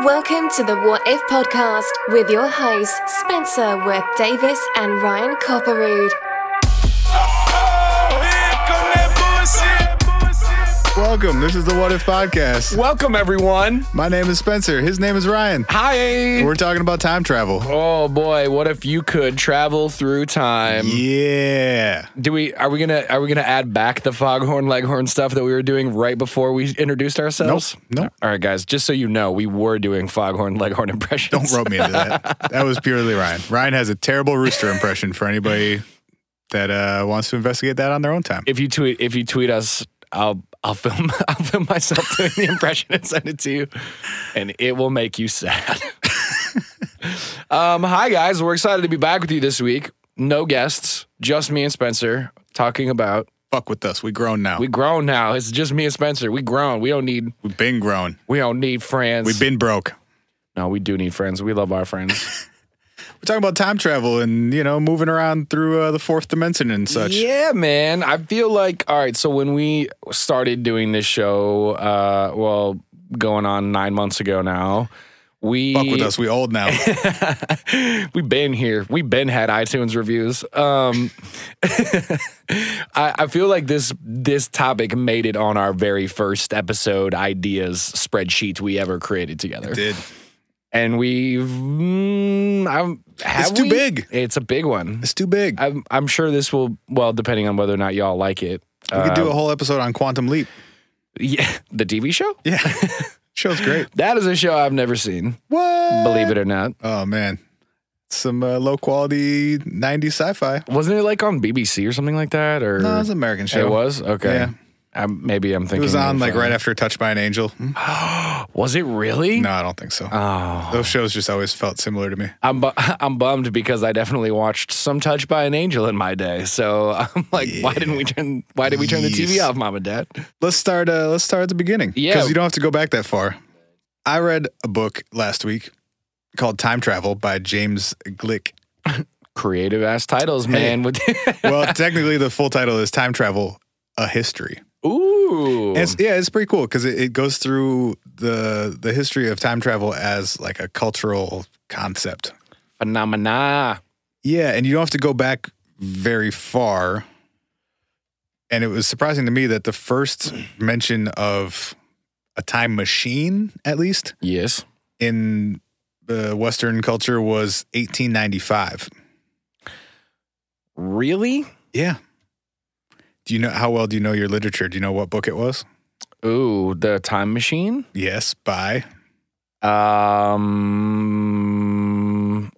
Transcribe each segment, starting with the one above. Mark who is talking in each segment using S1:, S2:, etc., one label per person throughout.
S1: Welcome to the What If podcast with your hosts, Spencer Worth Davis and Ryan Copperood.
S2: Welcome. This is the What If Podcast.
S3: Welcome, everyone.
S2: My name is Spencer. His name is Ryan.
S3: Hi.
S2: We're talking about time travel.
S3: Oh boy, what if you could travel through time?
S2: Yeah.
S3: Do we are we gonna are we gonna add back the foghorn leghorn stuff that we were doing right before we introduced ourselves?
S2: Nope, nope.
S3: All right, guys, just so you know, we were doing foghorn leghorn
S2: Don't
S3: impressions.
S2: rope me into that. That was purely Ryan. Ryan has a terrible rooster impression for anybody that uh, wants to investigate that on their own time.
S3: if you tweet if you tweet us, I'll I'll film I'll film myself doing the impression and send it to you, and it will make you sad. um, hi guys, we're excited to be back with you this week. No guests, just me and Spencer talking about
S2: Fuck with us. We grown now.
S3: we
S2: We,
S3: grown now. It's just me and Spencer. We grown. We don't need
S2: have been grown.
S3: we don't need friends.
S2: We've been broke.
S3: no, we do need friends. We love our friends.
S2: We're talking about time travel and, you know, moving around through uh, the fourth dimension and such.
S3: Yeah, man. I feel like all right. So when we started doing this show, uh, well, going on nine months ago now, we
S2: Fuck with us. We old now.
S3: We've been here. We've been had iTunes reviews. Um, I, I feel like this this topic made it on our very first episode ideas spreadsheet we ever created together,
S2: Did.
S3: and we've mm, I'm, have
S2: too
S3: we?
S2: big.
S3: It's a big one.
S2: It's too big.
S3: I'm I'm sure this will well depending on whether or not y'all like it. Uh,
S2: we could do a whole episode on Quantum Leap.
S3: Yeah, the TV show
S2: Yeah. Show's great.
S3: that is a show I've never seen.
S2: What?
S3: Believe it or not,
S2: Oh man, some uh, low quality '90s sci-fi.
S3: wasn't it like on BBC or something like that? Or
S2: No, it was an American show.
S3: It was okay.
S2: Yeah.
S3: I'm, maybe I'm
S2: It
S3: thinking
S2: was on like right
S3: after.
S2: after "Touched by an Angel." Mm-hmm.
S3: Was it really?
S2: No, I don't think so.
S3: Oh,
S2: Those shows just always felt similar to me.
S3: I'm bu- I'm bummed because I definitely watched some Touch by an Angel in my day. So I'm like, why didn't we turn? Why did we turn the TV
S2: Yes.
S3: off, Mom and Dad?
S2: Let's start. Uh, let's start at the beginning.
S3: Yeah.
S2: because you don't have to go back that far. I read a book last week called "Time Travel" by James Glick.
S3: Creative ass titles, man. With
S2: Well, technically, the full title is "Time Travel: A History."
S3: ooh,
S2: And it's, yeah, it's pretty cool because it, it goes through the the history of time travel as like a cultural concept.
S3: phenomena.
S2: Yeah, and you don't have to go back very far. And it was surprising to me that the first mention of a time machine, at least
S3: Yes.
S2: in the Western culture, was 1895.
S3: Really?
S2: Yeah. Do you know how well do you know your literature? Do you know what book it was?
S3: Ooh, the time machine.
S2: Yes, by.
S3: Um,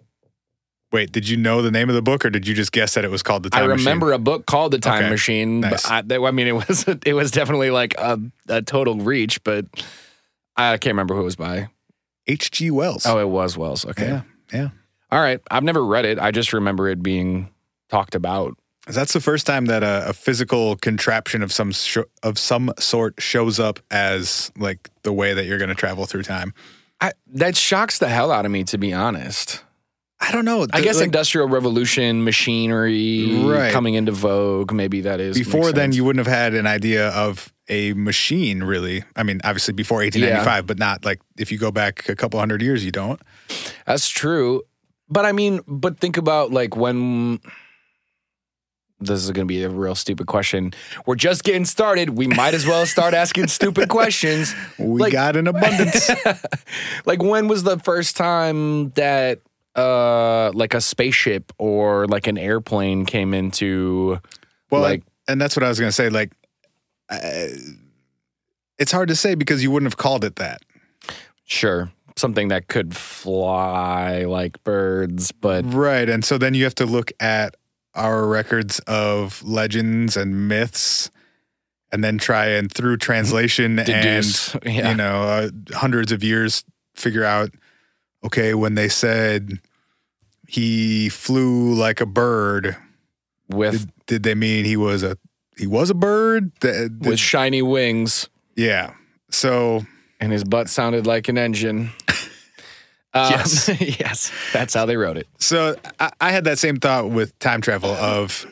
S2: Wait, did you know the name of the book or did you just guess that it was called The Time
S3: I
S2: Machine?
S3: remember a book called The Time
S2: Okay.
S3: Machine.
S2: Nice.
S3: But I, that- I mean, it was it was definitely like a, a total reach, but I can't remember who it was by.
S2: H.G. Wells.
S3: Oh, it was Wells. Okay.
S2: yeah. Yeah.
S3: All right. I've never read it. I just remember it being talked about.
S2: That's the first time that a, a physical contraption of some sh- of some sort shows up as like the way that you're going to travel through time.
S3: I, that shocks the hell out of me, to be honest.
S2: I don't know.
S3: I guess
S2: Like,
S3: Industrial Revolution, machinery
S2: Right.
S3: coming into vogue. Maybe that is makes
S2: before then
S3: sense.
S2: you wouldn't have had an idea of a machine, really. I mean, obviously before 1895, but not like if you go back a couple hundred years, you don't.
S3: That's true. But I mean, but think about like when this is going to be a real stupid question. We're just getting started. We might as well start asking stupid questions.
S2: We
S3: Like-
S2: got an abundance.
S3: like when was the first time that uh like a spaceship or like an airplane came into
S2: well,
S3: Like-
S2: and that's what I was going to say. Like, uh, it's hard to say because you wouldn't have called it that.
S3: sure something that could fly like birds but
S2: Right. And so then you have to look at our records of legends and myths and then try and through translation and,
S3: deduce yeah.
S2: you know, uh, hundreds of years figure out, okay, when they said he flew like a bird,
S3: with
S2: did, did they mean he was a, he was a bird? Th- did-
S3: with shiny wings
S2: yeah. So
S3: and his butt sounded like an engine. Um,
S2: Yes.
S3: yes, that's how they wrote it.
S2: So I, I had that same thought with time travel of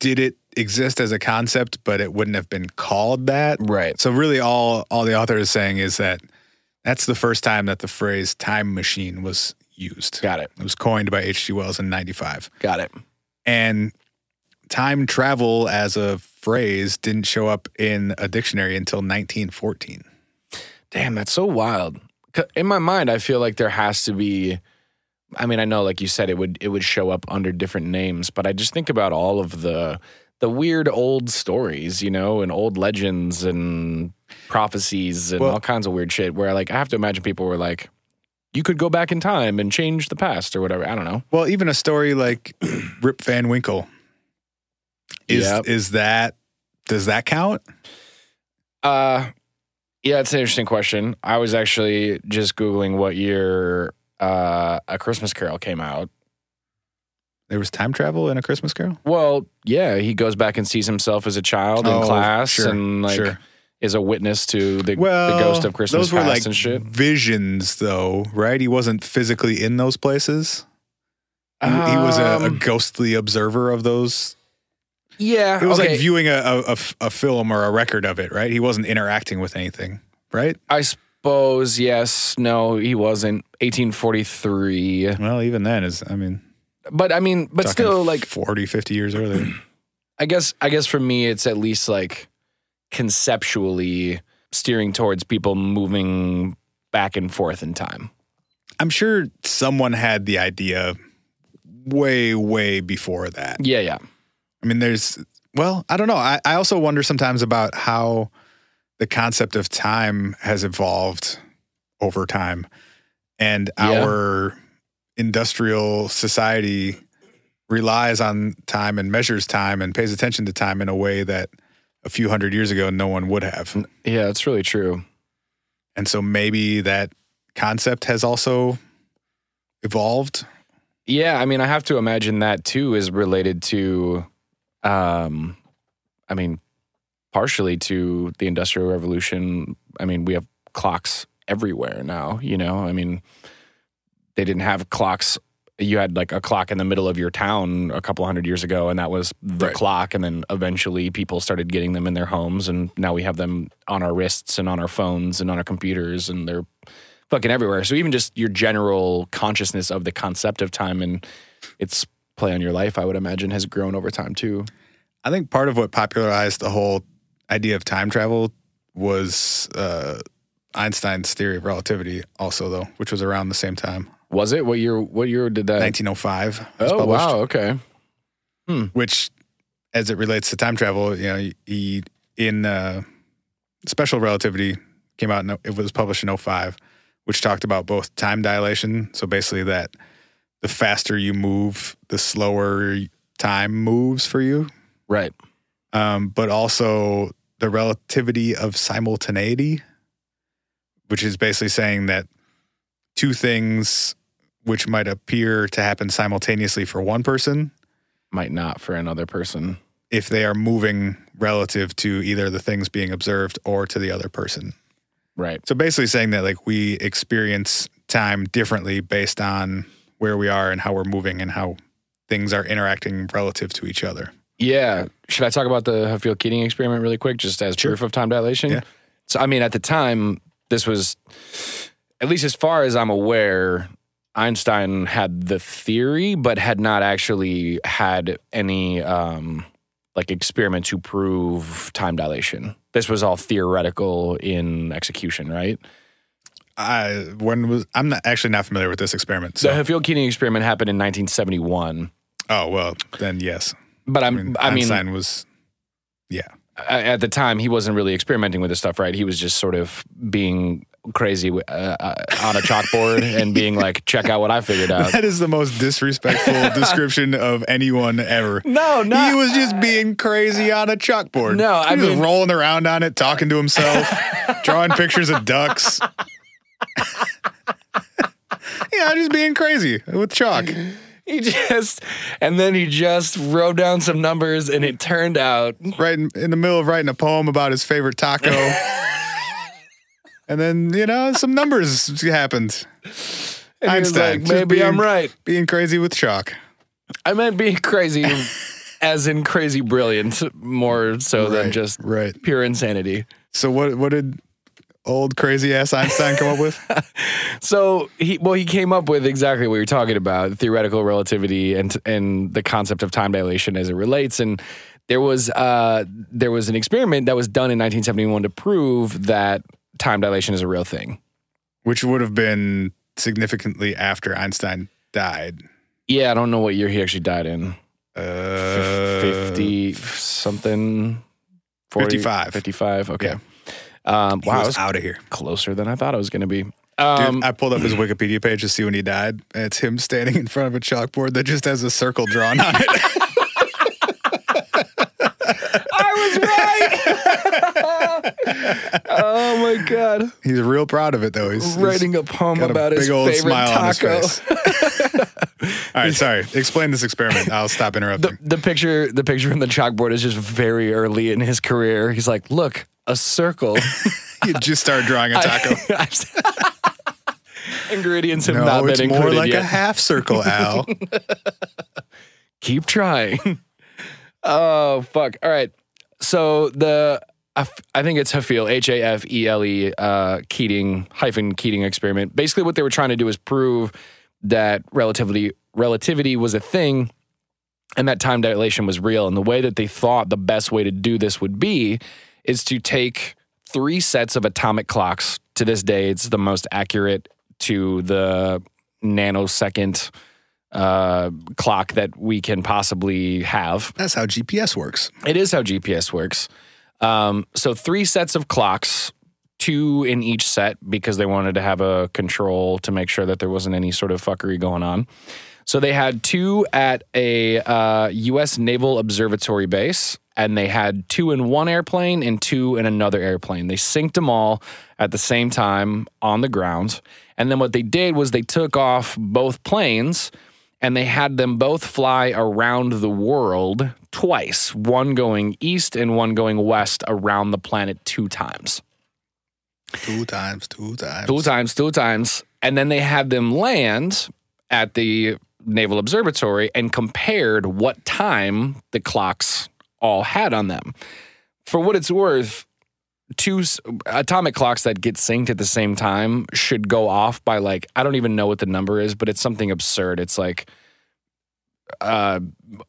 S2: did it exist as a concept, but it wouldn't have been called that.
S3: Right.
S2: So really all all the author is saying is that That's the first time that the phrase time machine was used.
S3: Got it.
S2: It was coined by H.G. Wells in 95.
S3: Got it.
S2: And time travel as a phrase didn't show up in a dictionary until 1914.
S3: Damn, that's so wild. 'Cause In my mind, I feel like there has to be. I mean, I know, like you said, it would it would show up under different names, but I just think about all of the the weird old stories, you know, and old legends and prophecies and
S2: Well-
S3: all kinds of weird shit. Where like I have to imagine people were like, you could go back in time and change the past or whatever. I don't know.
S2: Well, even a story like Rip Van Winkle is
S3: Yep.
S2: is that does that count?
S3: Uh, yeah, it's an interesting question. I was actually just googling what year uh, a Christmas Carol came out.
S2: There was time travel in a Christmas Carol.
S3: Well, yeah, he goes back and sees himself as a child in
S2: Oh,
S3: class
S2: sure,
S3: and like
S2: sure.
S3: is a witness to the,
S2: Well,
S3: the ghost of Christmas
S2: those were
S3: past
S2: like
S3: and shit.
S2: visions, though, right? He wasn't physically in those places. He, he was a, a
S3: Um,
S2: ghostly observer of those.
S3: yeah.
S2: It was
S3: okay.
S2: like viewing a, a- a f- a film or a record of it, right? He wasn't interacting with anything, right?
S3: I suppose yes. No, he wasn't. 1843.
S2: Well, even then is, I mean,
S3: But I mean, but
S2: talking
S3: still, like
S2: 40, 50 years earlier.
S3: I guess I guess for me it's at least like conceptually steering towards people moving back and forth in time.
S2: I'm sure someone had the idea way, way before that.
S3: Yeah, yeah.
S2: I mean, there's, well, I don't know. I, I also wonder sometimes about how the concept of time has evolved over time and
S3: Yeah.
S2: our industrial society relies on time and measures time and pays attention to time in a way that a few hundred years ago no one would have.
S3: Yeah, that's really true.
S2: And so maybe that concept has also evolved.
S3: Yeah, I mean, I have to imagine that too is related to, um, I mean, partially to the Industrial Revolution. I mean, we have clocks everywhere now. You know, I mean, they didn't have clocks. You had like a clock in the middle of your town a couple hundred years ago, and that was the
S2: Right.
S3: clock. And then eventually, people started getting them in their homes, and now we have them on our wrists and on our phones and on our computers, and they're fucking everywhere. So even just your general consciousness of the concept of time and its play on your life, I would imagine, has grown over time too.
S2: I think part of what popularized the whole idea of time travel was uh, Einstein's theory of relativity, also though, which was around the same time,
S3: Was it what year? What year did that?
S2: 1905. was
S3: oh
S2: published,
S3: wow, okay.
S2: Which, as it relates to time travel, you know, he in uh, special relativity came out. In, it was published in 05, which talked about both time dilation, so basically that the faster you move, the slower time moves for you.
S3: Right.
S2: um, but also the relativity of simultaneity, which is basically saying that two things which might appear to happen simultaneously for one person,
S3: Might not for another person.
S2: if they are moving relative to either the things being observed or to the other person.
S3: Right.
S2: So basically saying that like we experience time differently based on where we are and how we're moving and how things are interacting relative to each other.
S3: Yeah. Should I talk about the Huffield Keating experiment really quick, just as
S2: Sure.
S3: proof of time dilation?
S2: Yeah.
S3: So, I mean, at the time, this was, at least as far as I'm aware, Einstein had the theory, but had not actually had any um, like experiment to prove time dilation. This was all theoretical in execution, right?
S2: I when was I'm not actually not familiar with this experiment. So
S3: The Huffield Keating experiment happened in 1971.
S2: Oh well, then yes.
S3: But
S2: I
S3: I'm,
S2: mean,
S3: I mean,
S2: Einstein was, yeah,
S3: a- at the time he wasn't really experimenting with this stuff right he was just sort of being crazy uh, uh, on a chalkboard and being like check out what i figured out
S2: that is the most disrespectful description of anyone ever.
S3: no
S2: he was just being crazy on a chalkboard.
S3: No, I
S2: he was
S3: mean-
S2: rolling around on it, talking to himself, drawing pictures of ducks. yeah, just being crazy with chalk.
S3: he just and then he just wrote down some numbers and it turned out
S2: Right in, in the middle of writing a poem about his favorite taco. And then, you know, some numbers happened.
S3: and he was
S2: Einstein,
S3: like,
S2: just
S3: maybe
S2: being-
S3: i'm right
S2: Being crazy with chalk.
S3: i meant being crazy as in crazy brilliant more so than
S2: Right,
S3: just
S2: right.
S3: pure insanity
S2: So what what did old crazy ass Einstein come up with?
S3: So he well he came up with exactly what you're talking about theoretical relativity and and the concept of time dilation as it relates and there was uh there was an experiment that was done in 1971 to prove that time dilation is a real thing.
S2: Which would have been significantly after Einstein died.
S3: Yeah, I don't know what year he actually died in.
S2: Uh,
S3: Fif- 50 something
S2: 55.
S3: 55 okay.
S2: Yeah.
S3: Um
S2: He
S3: wow, I
S2: was
S3: was
S2: out of here.
S3: closer than I thought I was going to be.
S2: Dude,
S3: Um
S2: I pulled up his Wikipedia page to see when he died. And it's him standing in front of a chalkboard that just has a circle drawn on it.
S3: I was right. oh my god.
S2: He's real proud of it, though. He's, he's
S3: Writing a poem
S2: got
S3: about
S2: a big
S3: his
S2: old
S3: favorite
S2: smile on his
S3: taco.
S2: face. All right, sorry. Explain this experiment. I'll stop interrupting.
S3: The, the picture the picture on the chalkboard is just very early in his career. He's like, "Look, a circle."
S2: you just started drawing a taco.
S3: Ingredients have not
S2: no,
S3: been
S2: it's
S3: included
S2: more like
S3: yet.
S2: a half circle, Al.
S3: Keep trying. oh fuck! All right. So the I f- I think it's Hafele H A F E L E uh, Keating hyphen Keating experiment. Basically, what they were trying to do is prove that relativity relativity was a thing, and that time dilation was real. And the way that they thought the best way to do this would be is to take three sets of atomic clocks. To this day, it's the most accurate to the nanosecond uh, clock that we can possibly have.
S2: That's how GPS works.
S3: It is how GPS works. Um, so three sets of clocks, two in each set, because they wanted to have a control to make sure that there wasn't any sort of fuckery going on. So they had two at a uh, U.S. Naval Observatory base, and they had two in one airplane and two in another airplane. They synced them all at the same time on the ground. And then what they did was they took off both planes and they had them both fly around the world twice, one going east and one going west around the planet two times.
S2: Two times, two times.
S3: Two times, two times. And then they had them land at the Naval Observatory and compared what time the clocks all had on them. For what it's worth, two s- atomic clocks that get synced at the same time should go off by like, I don't even know what the number is, but it's something absurd. It's like uh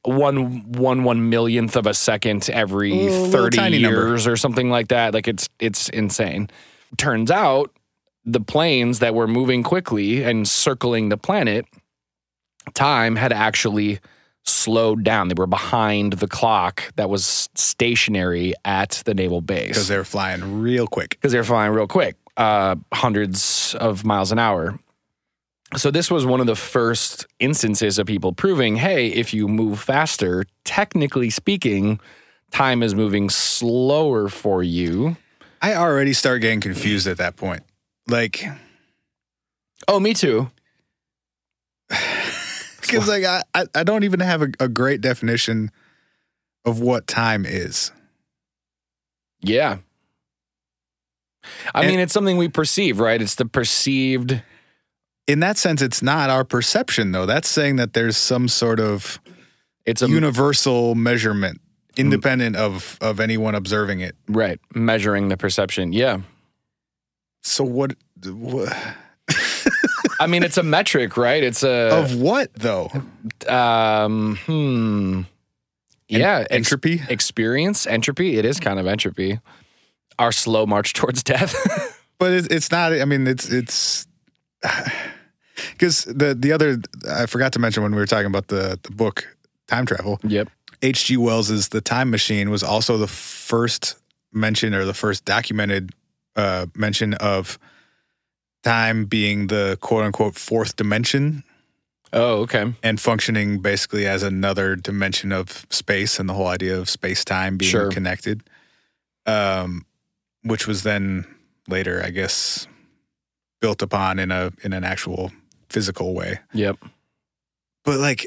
S3: one one one millionth of a second every
S2: Ooh, little
S3: 30
S2: tiny number.
S3: years or something like that like it's it's insane turns out the planes that were moving quickly and circling the planet, time had actually slowed down. They were behind the clock that was stationary at the naval
S2: Because
S3: base
S2: they were flying real quick.
S3: because they were flying real quick, uh, hundreds of miles an hour. So this was one of the first instances of people proving, hey, if you move faster, technically speaking, time is moving slower for you.
S2: I already start getting confused at that point. Like,
S3: Oh, me too.
S2: because like I, I- I don't even have a, a great definition of what time is.
S3: Yeah. I
S2: And-
S3: mean, it's something we perceive, right? It's the perceived.
S2: In that sense, it's not our perception though. That's saying that there's some sort of
S3: It's a
S2: universal measurement, independent of of anyone observing it.
S3: right measuring the perception. Yeah,
S2: So what, what
S3: I mean, it's a metric, right? It's a
S2: of what though?
S3: um, hmm. Yeah, ex-
S2: entropy.
S3: experience entropy. It is kind of entropy. Our slow march towards death.
S2: but it's, it's not i mean it's it's because the the other i forgot to mention when we were talking about the the book time travel
S3: yep.
S2: hg wells's the time machine was also the first mention or the first documented uh mention of time being the quote unquote fourth dimension
S3: Oh, okay.
S2: and functioning basically as another dimension of space and the whole idea of space time being
S3: Sure.
S2: connected. Um, which was then later, I guess, built upon in a in an actual physical way.
S3: Yep.
S2: But like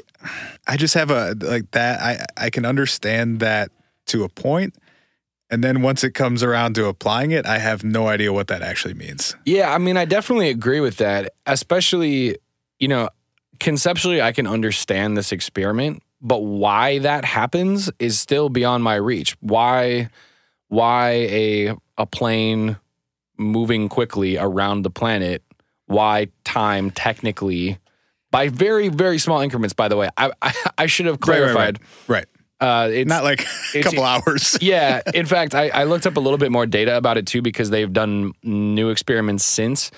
S2: I just have a like that I I can understand that to a point. And then once it comes around to applying it, I have no idea what that actually means.
S3: Yeah, I mean, I definitely agree with that. Especially, you know, conceptually, I can understand this experiment, but why that happens is still beyond my reach. Why, why a a plane moving quickly around the planet, why time technically by very very small increments? By the way, I I, I should have
S2: Right,
S3: clarified.
S2: Right, right, right.
S3: Uh, it's
S2: Not like a
S3: it's-
S2: couple hours.
S3: yeah. In fact, I, I looked up a little bit more data about it too because they've done new experiments since.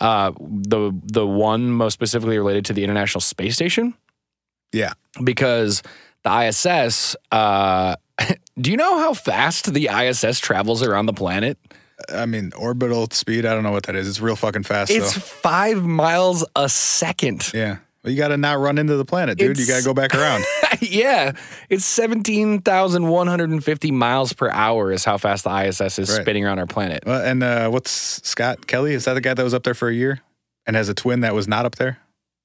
S3: Uh, the the one most specifically related to the International Space Station
S2: Yeah.
S3: because the ISS. Uh, do you know how fast the ISS travels around the planet?
S2: I mean, orbital speed. I don't know what that is. It's real fucking fast.
S3: It's
S2: though.
S3: five miles a second.
S2: Yeah. Well, you got to not run into the planet, dude. you
S3: It's-
S2: got to go back around.
S3: yeah, it's seventeen thousand one hundred and fifty miles per hour is how fast the ISS is
S2: Right.
S3: spinning around our planet.
S2: well, and uh, what's Scott Kelly? Is that the guy that was up there for a year and has a twin that was not up there?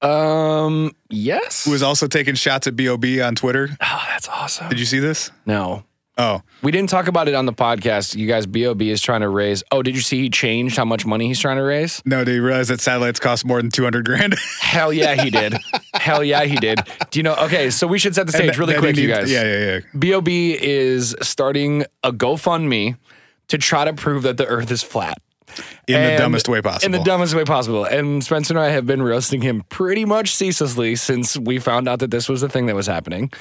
S3: Um, yes.
S2: Who was also taking shots at Bob on Twitter?
S3: oh, that's awesome.
S2: Did you see this?
S3: no,
S2: Oh,
S3: we didn't talk about it on the podcast. You guys, Bob is trying to raise. Oh, did you see he changed how much money he's trying to raise?
S2: no. Do you realize that satellites cost more than 200 grand?
S3: Hell yeah, he did. Hell yeah, he did. Do you know? Okay, so we should set the
S2: And
S3: stage
S2: that-
S3: really
S2: that
S3: quick, you
S2: needs-
S3: guys.
S2: Yeah, yeah, yeah.
S3: Bob is starting a GoFundMe to try to prove that the Earth is flat.
S2: In the
S3: And-
S2: dumbest way possible.
S3: In the dumbest way possible. And Spencer and I have been roasting him pretty much ceaselessly since we found out that this was the thing that was happening.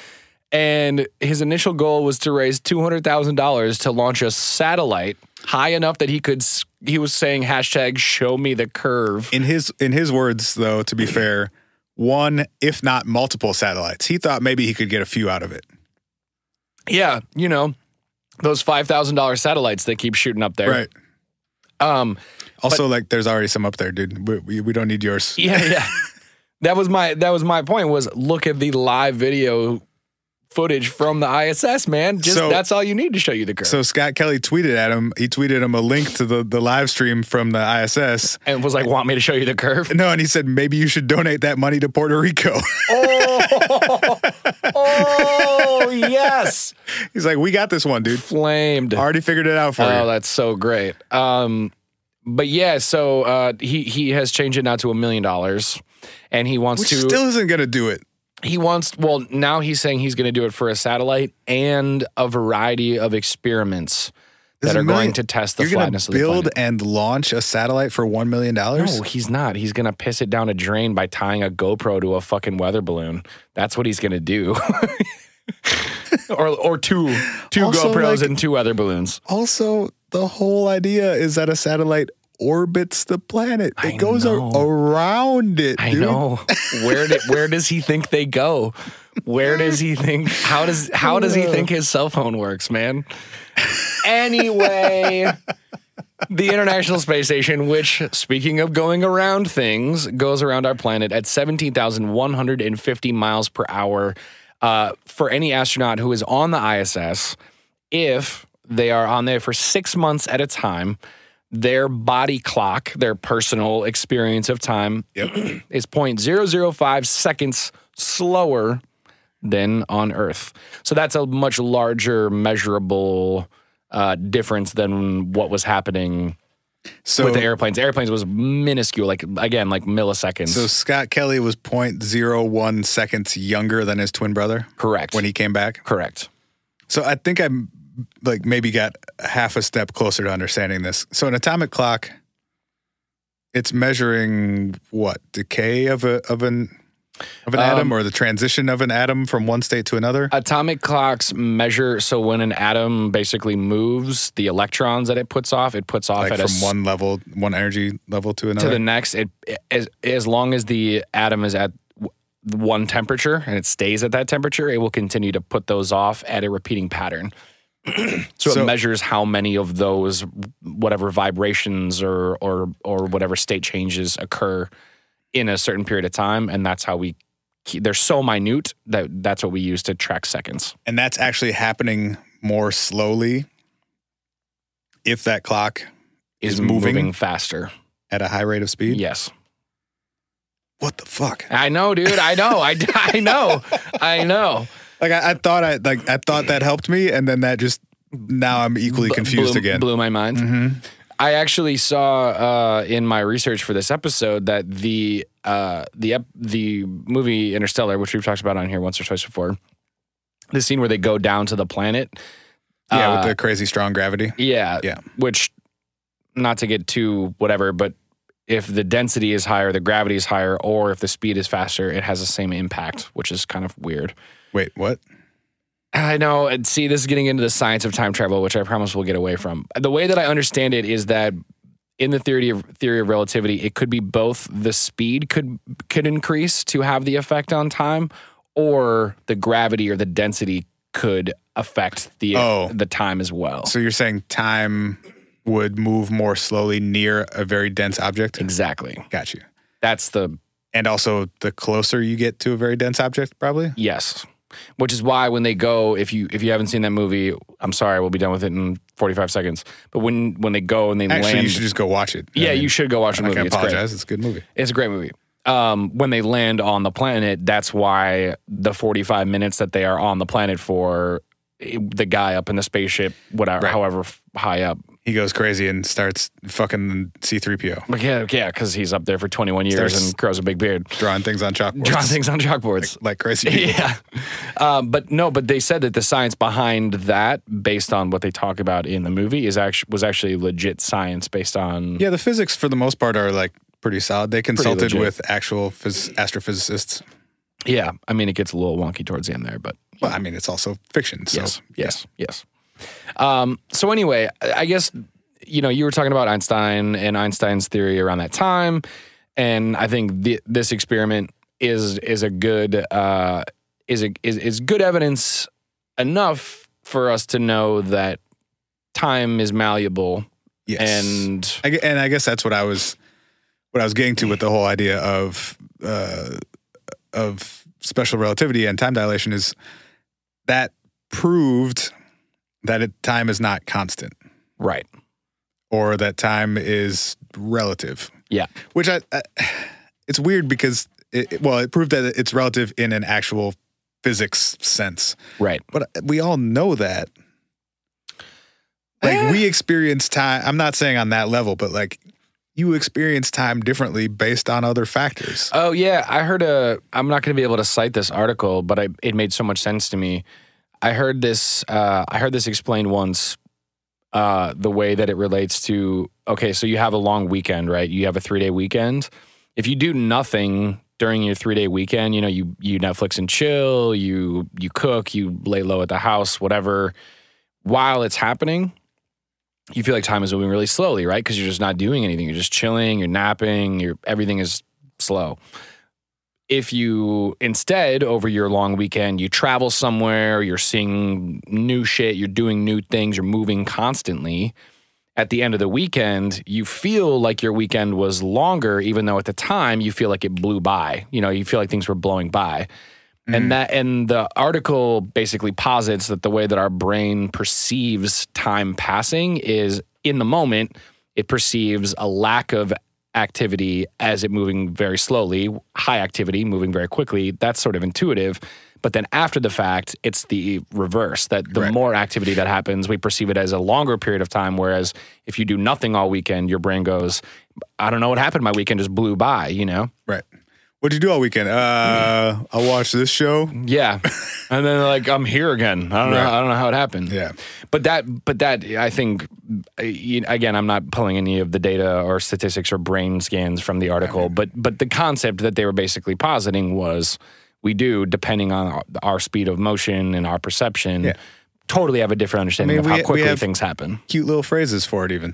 S3: And his initial goal was to raise two hundred thousand dollars to launch a satellite high enough that he could. s- He was saying hashtag Show me the curve.
S2: in his in his words, though, to be fair, one if not multiple satellites. He thought maybe he could get a few out of it.
S3: Yeah, you know those five thousand dollars satellites they keep shooting up there.
S2: Right.
S3: Um.
S2: Also, like, there's already some up there, dude. We, we, we don't need yours.
S3: Yeah. Yeah. that was my. That was my point. Was look at the live video footage from the ISS, man. Just
S2: So-
S3: that's all you need to show you the curve.
S2: So Scott Kelly tweeted at him. He tweeted him a link to the, the live stream from the ISS.
S3: and was like, "Want me to show you the curve?"
S2: No, and he said maybe you should donate that money to Puerto Rico.
S3: oh, oh yes,
S2: He's like, we got this one, dude.
S3: flamed. Oh,
S2: Already figured it out for you.
S3: that's so great. Um, but yeah, so uh, he he has changed it now to a million dollars, and he wants
S2: Which
S3: to.
S2: still isn't gonna do it.
S3: he wants. Well, now he's saying he's going to do it for a satellite and a variety of experiments
S2: This
S3: that
S2: is
S3: are
S2: a million-
S3: going to test the
S2: You're gonna
S3: flatness of the
S2: build
S3: planet.
S2: and launch a satellite for one million dollars.
S3: No, he's not. He's gonna piss it down a drain by tying a GoPro to a fucking weather balloon. That's what he's gonna do. or or two two
S2: Also,
S3: GoPros
S2: like-
S3: and two weather balloons.
S2: Also, the whole idea is that a satellite orbits the planet. It
S3: I
S2: goes a-
S3: know.
S2: around it.
S3: I
S2: dude.
S3: know. Where did, where does he think they go? Where does he think how does how does he think his cell phone works, man? Anyway, the International Space Station, which speaking of going around things, goes around our planet at 17,150 miles per hour. Uh, for any astronaut who is on the ISS, if they are on there for six months at a time, their body clock, their personal experience of time, is 0.005 seconds slower than on Earth. So that's a much larger measurable uh, difference than what was happening
S2: So,
S3: with the airplanes. Airplanes was minuscule, like again, like milliseconds.
S2: so Scott Kelly was 0.01 seconds younger than his twin brother
S3: correct.
S2: when he came back.
S3: correct.
S2: So I think I'm like maybe got half a step closer to understanding this. So an atomic clock, it's measuring what decay of a of an of an atom or the transition of an atom from one state to another.
S3: Atomic clocks measure so when an atom basically moves, the electrons that it puts off, it puts off
S2: like
S3: at a
S2: from one level, one energy level to
S3: to
S2: another.
S3: the next it as, as long as the atom is at w- one temperature and it stays at that temperature it will continue to put those off at a repeating pattern so,
S2: So-
S3: it measures how many of those whatever vibrations or or or whatever state changes occur in a certain period of time and that's how we keep, they're so minute that that's what we use to track seconds
S2: and that's actually happening more slowly if that clock Is moving?
S3: faster
S2: at a high rate of speed.
S3: yes
S2: What the fuck?
S3: i know dude i know i, I know i know
S2: Like I, I thought I like I thought that helped me, and then that just now I'm equally confused
S3: blew,
S2: again.
S3: blew my mind
S2: hmm
S3: I actually saw uh, in my research for this episode that the uh, the ep- the movie Interstellar, which we've talked about on here once or twice before, the scene where they go down to the planet,
S2: Yeah,
S3: uh,
S2: with the crazy strong gravity.
S3: yeah,
S2: Yeah.
S3: which not to get too whatever, but if the density is higher, the gravity is higher, or if the speed is faster, it has the same impact, which is kind of weird.
S2: Wait, what?
S3: I know. And see, this is getting into the science of time travel, which I promise we'll get away from. The way that I understand it is that in the theory of theory of relativity, it could be both the speed could could increase to have the effect on time, or the gravity or the density could affect the
S2: Oh.
S3: the time as well.
S2: So you're saying time would move more slowly near a very dense object?
S3: exactly.
S2: Got you.
S3: That's the
S2: And also, the closer you get to a very dense object, probably.
S3: yes. Which is why when they go, if you if you haven't seen that movie, I'm sorry, we'll be done with it in 45 seconds. But when when they go and they
S2: Actually,
S3: land,
S2: you should just go watch it.
S3: yeah,
S2: I mean,
S3: you should go watch the
S2: I'm not
S3: movie.
S2: gonna
S3: It's great.
S2: apologize. It's a good movie.
S3: It's a great movie. Um, when they land on the planet, that's why the 45 minutes that they are on the planet for it- the guy up in the spaceship, whatever,
S2: Right.
S3: however f- high up.
S2: He goes crazy and starts fucking C3PO
S3: Like, yeah, yeah, because he's up there for 21 years
S2: Starts-
S3: and grows a big beard,
S2: drawing things on chalkboards.
S3: drawing things on chalkboards.
S2: like crazy. people.
S3: yeah. Um, but no, but they said that the science behind that, based on what they talk about in the movie, is actually was actually legit science based on.
S2: Yeah, the physics for the most part are like pretty solid. They consulted
S3: legit.
S2: with actual phys- astrophysicists.
S3: yeah. I mean, it gets a little wonky towards the end there, but
S2: Well, I mean, it's also fiction. So
S3: yes, yes, yes. Um, so anyway, I I guess you know you were talking about Einstein and Einstein's theory around that time, and I think th- this experiment is is a good uh, is a, is is good evidence enough for us to know that time is malleable
S2: yes.
S3: and
S2: I, gue- and I guess that's what I was what I was getting to with the whole idea of uh, of special relativity and time dilation is that proved that it, time is not constant
S3: right.
S2: or that time is relative.
S3: Yeah.
S2: Which I, I it's weird because it, it- well, it proved that it's relative in an actual physics sense.
S3: Right.
S2: But we all know that. Like
S3: Eh.
S2: we experience time. I'm not saying on that level, but like you experience time differently based on other factors.
S3: Oh yeah, I heard a. I'm not going to be able to cite this article, but I, it made so much sense to me. I heard this. Uh, I heard this explained once. Uh, the way that it relates to okay, so you have a long weekend, right? You have a three day weekend. If you do nothing during your three day weekend, you know you you Netflix and chill, you you cook, you lay low at the house, whatever. While it's happening, you feel like time is moving really slowly, right? Because you're just not doing anything. You're just chilling. You're napping. You're everything is slow. If you instead over your long weekend you travel somewhere, you're seeing new shit, you're doing new things, you're moving constantly. At the end of the weekend, you feel like your weekend was longer, even though at the time you feel like it blew by. You know, you feel like things were blowing by. And that and the article basically posits that the way that our brain perceives time passing is in the moment, it perceives a lack of activity as it moving very slowly, high activity moving very quickly. That's sort of intuitive. But then after the fact, it's the reverse that the
S2: Right.
S3: more activity that happens, we perceive it as a longer period of time. Whereas if you do nothing all weekend, your brain goes, I don't know what happened. My weekend just blew by, you know?
S2: Right. What'd you do all weekend? Uh, I watched this show.
S3: Yeah, and then like I'm here again. I don't know. I don't know how it happened.
S2: Yeah.
S3: but that, but that, I think, uh, you- again, I'm not pulling any of the data or statistics or brain scans from the article, but but the concept that they were basically positing was we do, depending on our, our speed of motion and our perception,
S2: Yeah.
S3: totally have a different understanding
S2: mean,
S3: of
S2: we-
S3: how
S2: we
S3: quickly
S2: have-
S3: things happen.
S2: Cute little phrases for it, even.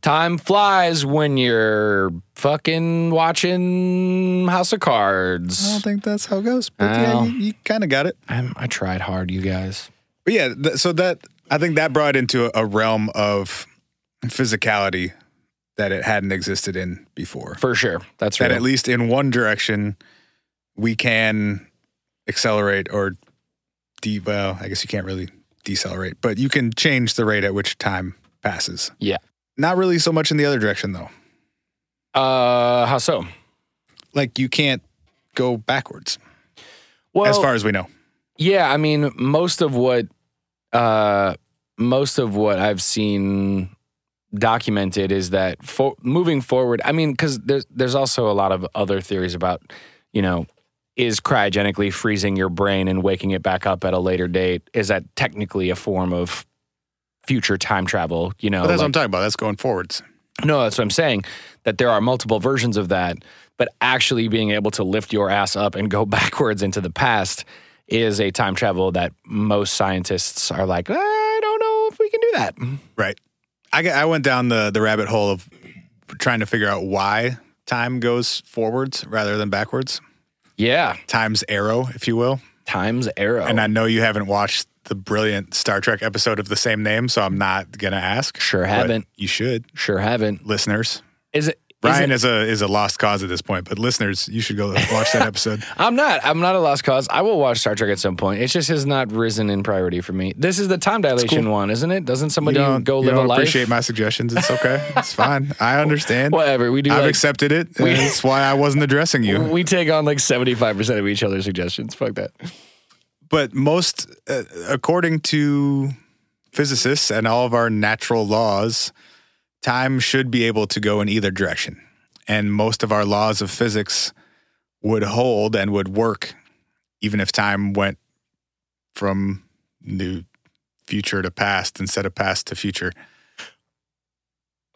S3: Time flies when you're fucking watching House of Cards.
S2: I don't think that's how it goes, but yeah,
S3: Well.
S2: you, you kind of got it.
S3: I'm, I tried hard, you guys.
S2: But yeah, th- so that I think that brought into a, a realm of physicality that it hadn't existed in before.
S3: For sure, that's
S2: that
S3: right.
S2: at least in one direction we can accelerate or de well, I guess you can't really decelerate, but you can change the rate at which time passes.
S3: Yeah.
S2: Not really so much in the other direction though.
S3: Uh, how so?
S2: Like you can't go backwards
S3: Well,
S2: as far as we know.
S3: yeah, I mean, most of what, uh, most of what I've seen documented is that for moving forward. I mean, because there's there's also a lot of other theories about, you know, is cryogenically freezing your brain and waking it back up at a later date is that technically a form of future time travel? You know,
S2: But that's what
S3: like-
S2: I'm talking about. That's going forwards.
S3: No, that's what I'm saying. That there are multiple versions of that, but actually being able to lift your ass up and go backwards into the past is a time travel that most scientists are like, I don't know if we can do that.
S2: Right. I, got- I went down the, the rabbit hole of trying to figure out why time goes forwards rather than backwards.
S3: Yeah,
S2: Time's arrow, if you will.
S3: time's arrow.
S2: And I know you haven't watched the brilliant Star Trek episode of the same name, so I'm not gonna ask.
S3: Sure
S2: But
S3: haven't.
S2: You should,
S3: sure haven't.
S2: listeners.
S3: Is it? is
S2: Ryan
S3: it-
S2: is a is a lost cause at this point, but listeners, you should go watch that episode.
S3: I'm not. I'm not a lost cause. I will watch Star Trek at some point. It just has not risen in priority for me. This is the time dilation one, isn't it? Doesn't
S2: You
S3: somebody
S2: don't,
S3: Oh, go
S2: you
S3: live
S2: don't
S3: a life?
S2: appreciate my suggestions. It's okay. It's fine. I understand.
S3: Whatever we do.
S2: I've
S3: like-
S2: accepted it. and That's why I wasn't addressing you.
S3: we take on like 75% of each other's suggestions. Fuck that.
S2: but most uh, according to physicists and all of our natural laws time should be able to go in either direction and most of our laws of physics would hold and would work even if time went from the future to past instead of past to future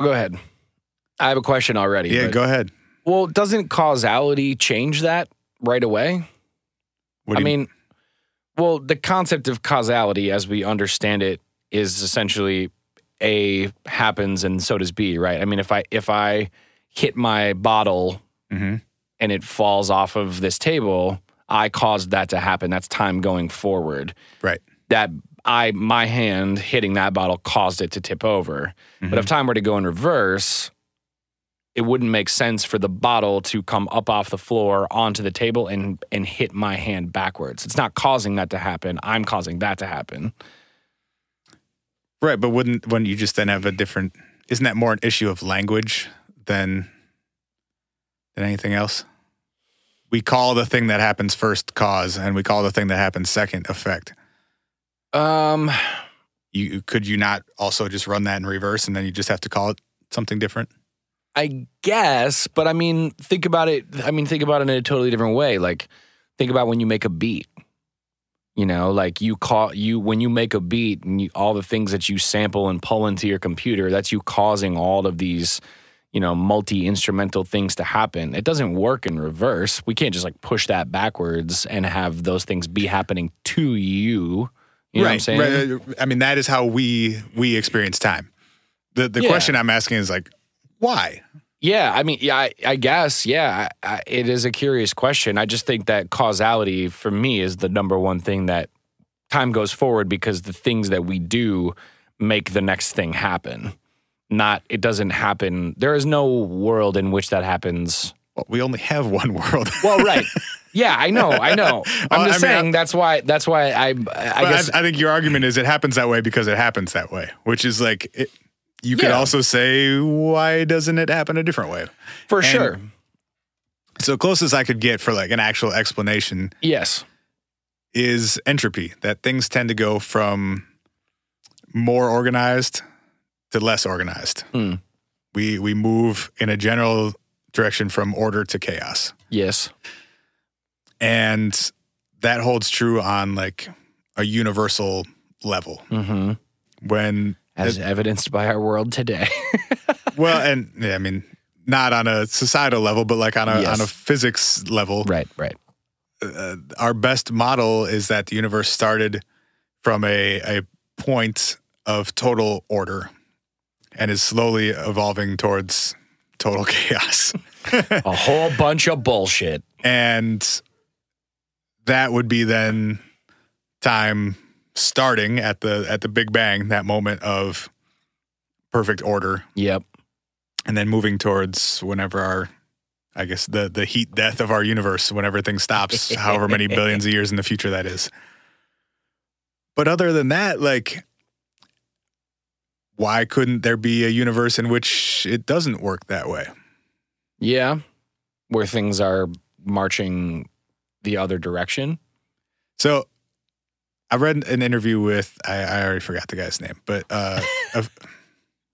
S3: Go ahead. I have a question already.
S2: yeah
S3: but-
S2: go ahead
S3: Well, doesn't causality change that right away?
S2: what do
S3: I
S2: you-
S3: mean, well, the concept of causality as we understand it is essentially A happens and so does B, right? I mean, if I if I hit my bottle
S2: Mhm.
S3: and it falls off of this table, I caused that to happen. That's time going forward.
S2: right
S3: that I my hand hitting that bottle caused it to tip over. But if time were to go in reverse, it wouldn't make sense for the bottle to come up off the floor onto the table and and hit my hand backwards. It's not causing that to happen. I'm causing that to happen.
S2: right but wouldn't wouldn't you just then have a different isn't that more an issue of language than than anything else we call the thing that happens first cause and we call the thing that happens second effect
S3: Um
S2: you could you not also just run that in reverse and then you just have to call it something different
S3: I guess, but I mean, think about it. I mean, think about it in a totally different way. Like, think about when you make a beat. You know, like you call you when you make a beat and you, all the things that you sample and pull into your computer. That's you causing all of these, you know, multi instrumental things to happen. It doesn't work in reverse. We can't just like push that backwards and have those things be happening to you. You know what I'm saying?
S2: Right. i mean that is how we we experience time the the
S3: Yeah.
S2: question i'm asking is like why
S3: Yeah, I mean, yeah, I, I guess, yeah, I, I, it is a curious question. I just think that causality for me is the number one thing that time goes forward because the things that we do make the next thing happen. Not, it doesn't happen. There is no world in which that happens.
S2: well, we only have one world
S3: Well, right. yeah, I know, I know.
S2: Well,
S3: I'm just
S2: I mean, I-
S3: saying that's why. That's why I. I,
S2: But
S3: guess.
S2: I, I think your argument is it happens that way because it happens that way, which is like it, you could
S3: Yeah.
S2: also say why doesn't it happen a different way?
S3: for
S2: and-
S3: sure.
S2: So closest I could get for like an actual explanation
S3: Yes.
S2: is entropy that things tend to go from more organized to less organized.
S3: Hmm.
S2: We we move in a general direction from order to chaos.
S3: Yes.
S2: And that holds true on like a universal level
S3: hmm
S2: when
S3: As evidenced by our world today.
S2: well, and yeah, I mean, not on a societal level, but like on a
S3: Yes.
S2: on a physics level,
S3: right. Right.
S2: uh, our best model is that the universe started from a a point of total order, and is slowly evolving towards total chaos,
S3: A whole bunch of bullshit.
S2: and that would be then time starting at the at the Big Bang, that moment of perfect order
S3: Yep.
S2: and then moving towards whenever our i guess the the heat death of our universe when everything stops however many billions of years in the future that is but other than that like why couldn't there be a universe in which it doesn't work that way
S3: Yeah. Where things are marching the other direction.
S2: so i read an interview with i, I already forgot the guy's name but uh of-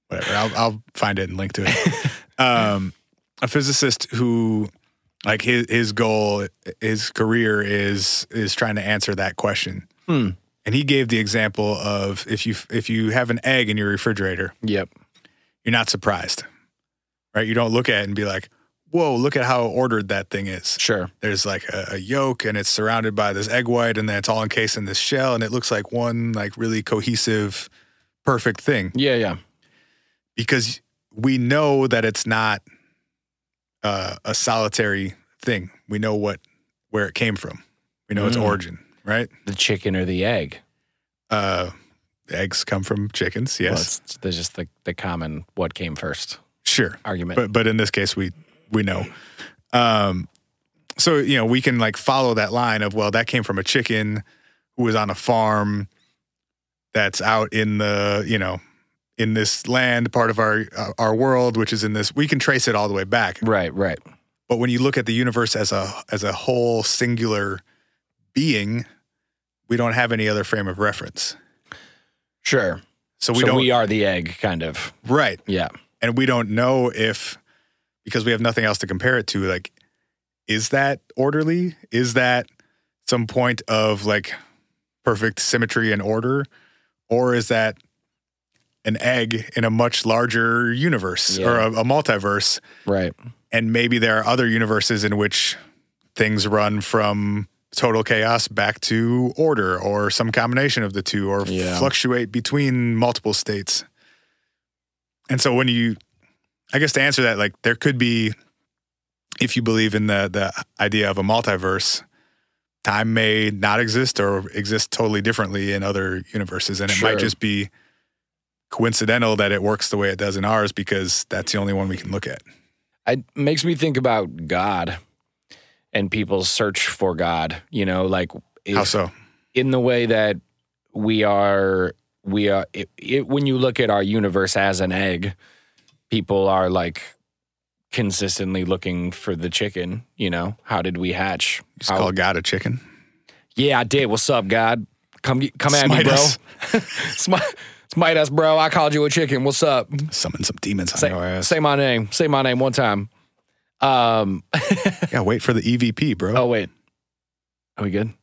S2: whatever I'll, I'll find it and link to it um a physicist who like his his goal his career is is trying to answer that question
S3: Hmm.
S2: and he gave the example of if you if you have an egg in your refrigerator
S3: Yep.
S2: you're not surprised right? You don't look at it and be like, whoa, look at how ordered that thing is.
S3: Sure.
S2: There's like a, a yolk and it's surrounded by this egg white and then it's all encased in this shell and it looks like one like really cohesive, perfect thing
S3: Yeah, yeah.
S2: because we know that it's not uh, a solitary thing. We know what where it came from. We know its
S3: Mm.
S2: origin, right?
S3: The chicken or the egg.
S2: Uh, eggs come from chickens, yes,
S3: Well, it's, there's just the, the common what came first
S2: sure.
S3: argument.
S2: but but in this case we we know um so you know we can like follow that line of well that came from a chicken who was on a farm that's out in the you know in this land part of our uh, our world which is in this we can trace it all the way back
S3: right, right.
S2: but when you look at the universe as a as a whole singular being we don't have any other frame of reference
S3: Sure.
S2: so
S3: So
S2: we
S3: we,
S2: don't
S3: are the egg, kind of.
S2: right
S3: Yeah.
S2: and we don't know if because we have nothing else to compare it to like is that orderly is that some point of like perfect symmetry and order or is that an egg in a much larger universe or a, a multiverse
S3: Right.
S2: and maybe there are other universes in which things run from total chaos back to order or some combination of the two or
S3: Yeah.
S2: fluctuate between multiple states and so when you i guess to answer that like there could be if you believe in the the idea of a multiverse time may not exist or exist totally differently in other universes and it
S3: Sure.
S2: might just be coincidental that it works the way it does in ours because that's the only one we can look at
S3: It makes me think about God and people's search for God, you know, like
S2: how
S3: if-
S2: so
S3: in the way that we are, we are, it, it, when you look at our universe as an egg, people are like consistently looking for the chicken, you know, how did we hatch?
S2: Just
S3: How-
S2: call God a chicken.
S3: Yeah, I did. What's up, God? Come get- come at me,
S2: Smite
S3: bro.
S2: us.
S3: smite, smite us, bro. I called you a chicken. What's up?
S2: Summon some demons on
S3: Say,
S2: your ass.
S3: say my name. Say my name one time. Um.
S2: Yeah, wait for the EVP, bro.
S3: Oh wait. Are we good?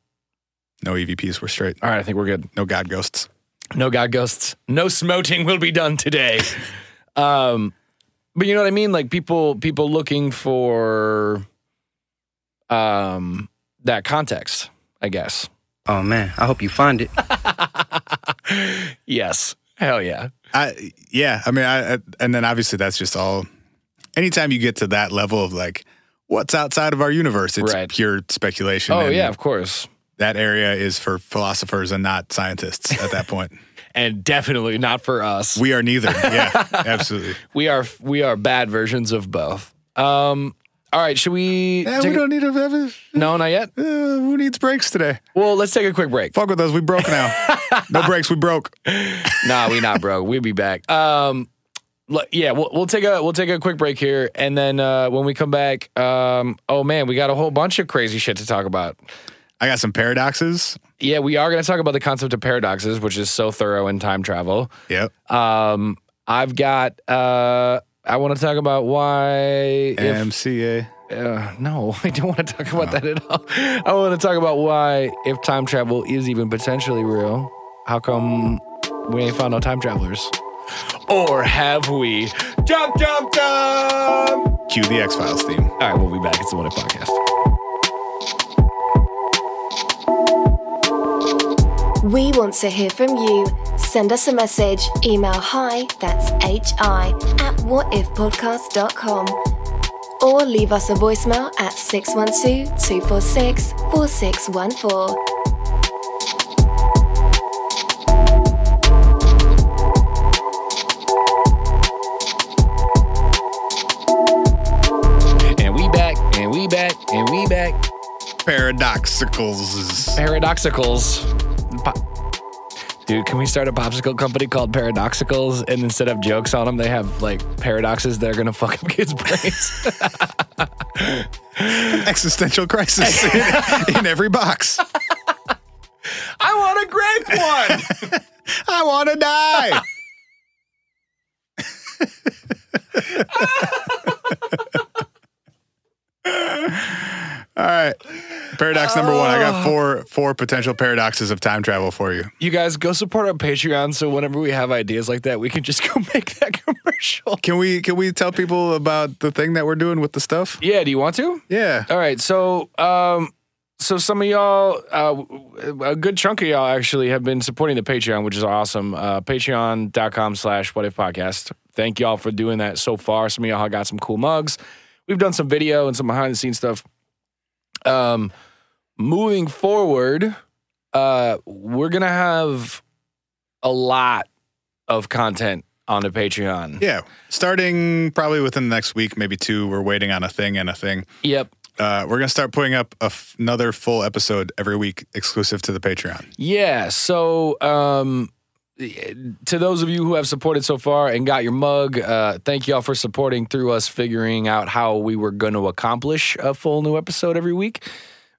S2: No EVPs, we're straight.
S3: All right. I think we're good.
S2: No God ghosts.
S3: No god ghosts. No smoting will be done today. um. But you know what I mean? Like people people looking for um that context. I guess.
S4: Oh man, I hope you find it.
S3: yes. Hell yeah.
S2: I yeah, I mean, I, I and then obviously that's just all. Anytime you get to that level of like, what's outside of our universe? It's
S3: Right.
S2: pure speculation.
S3: Oh
S2: and
S3: yeah. Of course.
S2: that area is for philosophers and not scientists. At that point,
S3: and definitely not for us. We,
S2: we are neither. Yeah, absolutely.
S3: are we are bad versions of both. Um, all right, should we?
S2: Yeah,
S3: take
S2: we
S3: a-
S2: don't need to have a-
S3: no, not yet.
S2: uh, who needs breaks today?
S3: Well, let's take a quick break.
S2: Fuck with us. We broke now. no breaks. We broke.
S3: nah, we not, bro. We'll be back. Um, l- yeah, we'll, we'll take a we'll take a quick break here, and then uh, when we come back, um, oh man, we got a whole bunch of crazy shit to talk about.
S2: I got some paradoxes.
S3: Yeah, we are going to talk about the concept of paradoxes, which is so thorough in time travel.
S2: Yep.
S3: Um, I've got. Uh, I want to talk about why if-
S2: MCA.
S3: Uh, no, I don't want to talk about that at all. I want to talk about why, if time travel is even potentially real, how come we ain't found no time travelers? Or have we? Jump, jump, jump!
S2: Cue the X Files theme.
S3: All right, we'll be back. It's the What If Podcast.
S1: We want to hear from you. Send us a message, email hi, that's hi, at whatifpodcast.com. Or leave us a voicemail at 612 246 4614.
S3: And we back, and we back, and we back.
S2: Paradoxicals.
S3: Paradoxicals. Po- Dude, can we start a popsicle company called Paradoxicals? And instead of jokes on them, they have like paradoxes that are gonna fuck up kids' brains.
S2: Existential crisis in, in every box.
S3: I want a grape one.
S2: I want to die. All right. Paradox number one. I got four four potential paradoxes of time travel for you.
S3: You guys go support our Patreon so whenever we have ideas like that, we can just go make that commercial.
S2: Can we can we tell people about the thing that we're doing with the stuff?
S3: Yeah, do you want to?
S2: Yeah.
S3: All right, so um, so some of y'all, uh, w- a good chunk of y'all actually have been supporting the Patreon, which is awesome. Uh, Patreon.com slash What If Podcast. Thank y'all for doing that so far. Some of y'all got some cool mugs. We've done some video and some behind the scenes stuff. Um, moving forward, uh, we're gonna have a lot of content on the Patreon.
S2: Yeah. Starting probably within the next week, maybe two. We're waiting on a thing and a thing.
S3: Yep.
S2: Uh, we're gonna start putting up a f- another full episode every week, exclusive to the Patreon.
S3: Yeah. So, um, to those of you who have supported so far and got your mug, uh, thank y'all for supporting through us figuring out how we were going to accomplish a full new episode every week.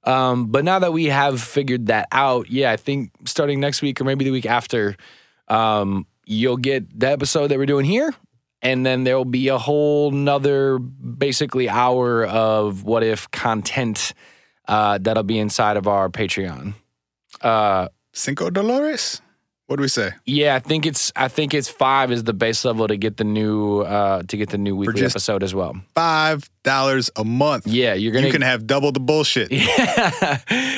S3: Um, but now that we have figured that out, yeah, I think starting next week or maybe the week after, um, you'll get the episode that we're doing here. And then there'll be a whole nother basically hour of what if content uh, that'll be inside of our Patreon. Uh,
S2: Cinco Dolores. What do we say?
S3: yeah, I think it's I think it's five is the base level to get the new uh to get the new weekly
S2: just-
S3: episode as well.
S2: Five dollars a month.
S3: Yeah, you're gonna
S2: you can have double the bullshit.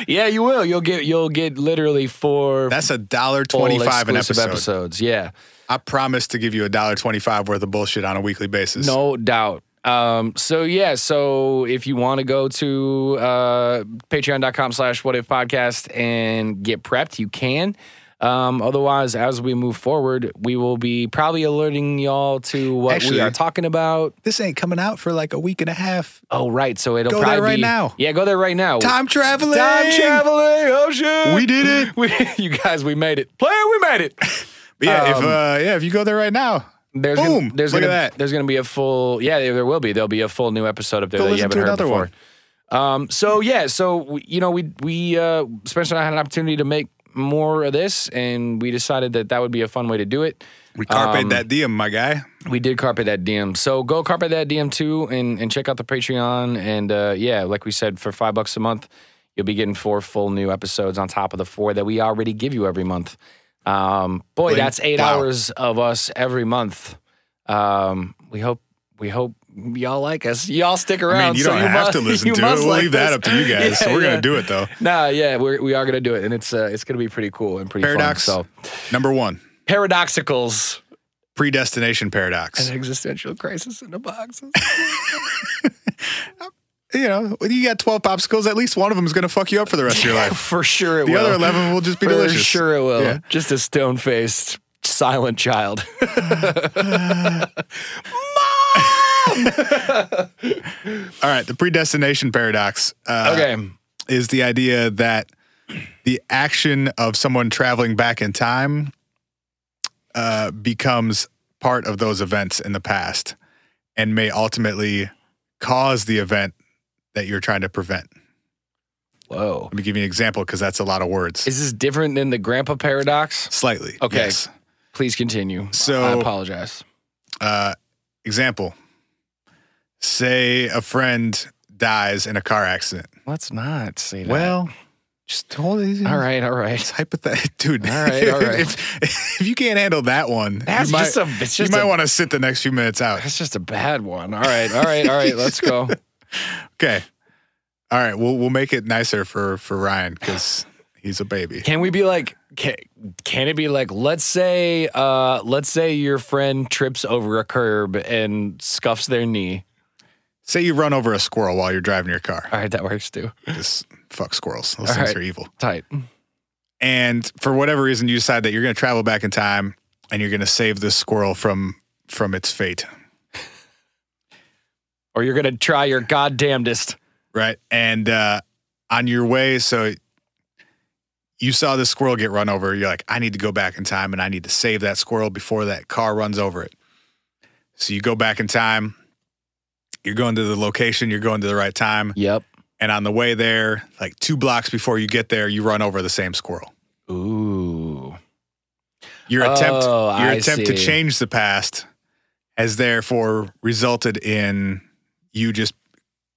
S3: yeah, you will. You'll get you'll get literally four
S2: That's a dollar
S3: full
S2: twenty-five an
S3: exclusive
S2: episode.
S3: episodes. Yeah,
S2: I promise to give you a dollar twenty-five worth of bullshit on a weekly basis.
S3: no doubt. Um, so yeah, so if you want to go to uh, patreon.com slash what if podcast and get prepped, you can. Um, otherwise, as we move forward, we will be probably alerting y'all to what we
S2: Actually-
S3: are talking about.
S2: this ain't coming out for like a week and a half.
S3: Oh, right. So it'll
S2: Go there
S3: probably
S2: right
S3: be-
S2: now.
S3: Yeah, go there right now.
S2: Time traveling.
S3: Time traveling. Oh shit.
S2: We did it.
S3: We, you guys, we made it. Player, we made it.
S2: But yeah, if
S3: Um,
S2: uh, yeah, if you go there right now,
S3: There's
S2: boom.
S3: Gonna, there's
S2: look
S3: gonna,
S2: at that.
S3: There's gonna be a full. Yeah, there there will be. There'll be a full new episode up there
S2: Go
S3: that you
S2: listen
S3: haven't
S2: to
S3: heard
S2: another
S3: before.
S2: one.
S3: Um. So yeah. So we- you know, we we uh, Spencer and I had an opportunity to make more of this, and we decided that that would be a fun way to do it.
S2: We
S3: Um,
S2: carpet that DM, my guy.
S3: We did carpet that DM. So go carpet that DM too and, and check out the Patreon. And uh, yeah, like we said, for five bucks a month, you'll be getting four full new episodes on top of the four that we already give you every month. Um, boy,
S2: Blink.
S3: that's eight
S2: Wow.
S3: hours of us every month. Um, we hope we hope y'all like us. Y'all stick around.
S2: I mean, you
S3: so
S2: don't have
S3: must-
S2: to listen
S3: you
S2: to it.
S3: must
S2: We'll
S3: like
S2: leave that
S3: this.
S2: up to you guys. so
S3: Yeah,
S2: we're
S3: yeah.
S2: gonna do it though.
S3: Nah, yeah, we're, we are gonna do it, and it's uh, it's gonna be pretty cool and pretty
S2: Paradox
S3: Fun, so
S2: number one:
S3: paradoxicals.
S2: predestination paradox.
S3: An existential crisis in the boxes.
S2: You know, when you got twelve popsicles. At least one of them is gonna fuck you up for the rest of your life.
S3: For sure, it
S2: The
S3: will.
S2: other eleven will just be
S3: For
S2: delicious.
S3: sure it will.
S2: Yeah. Uh,
S3: Just a stone faced, silent child.
S2: All right, the predestination paradox. Uh,
S3: okay.
S2: is the idea that the action of someone traveling back in time uh, becomes part of those events in the past and may ultimately cause the event that you're trying to prevent.
S3: Whoa.
S2: Let me give you an example because that's a lot of words.
S3: Is this different than the grandpa paradox?
S2: Slightly.
S3: Okay.
S2: yes.
S3: Please continue.
S2: So-
S3: I apologize.
S2: Uh, example say a friend dies in a car accident.
S3: Let's not say that.
S2: just hold it easy.
S3: all right, all right.
S2: It's hypothetical, dude.
S3: All right, all right.
S2: if, if you can't handle that one,
S3: That's
S2: you might,
S3: just a. It's
S2: you
S3: just
S2: might
S3: a,
S2: want to sit the next few minutes out.
S3: That's just a bad one. All right, all right, all right. Let's go.
S2: Okay. All right, we'll we'll make it nicer for for Ryan because he's a baby.
S3: Can we be like? Can, can it be like? Let's say, uh, let's say your friend trips over a curb and scuffs their knee.
S2: Say you run over a squirrel while you're driving your car.
S3: All right, that works too.
S2: Just fuck squirrels. Those
S3: All
S2: things
S3: right.
S2: are evil.
S3: Tight.
S2: And for whatever reason, you decide that you're going to travel back in time and you're going to save this squirrel from from its fate,
S3: or you're gonna try your goddamnedest.
S2: right? And uh, on your way, so you saw this squirrel get run over. You're like, I need to go back in time and I need to save that squirrel before that car runs over it. So you go back in time. You're going to the location. You're going to the right time.
S3: Yep.
S2: And on the way there, like two blocks before you get there, you run over the same squirrel.
S3: Ooh.
S2: Your attempt,
S3: Oh,
S2: your
S3: I
S2: attempt to
S3: see.
S2: change the past has therefore resulted in you just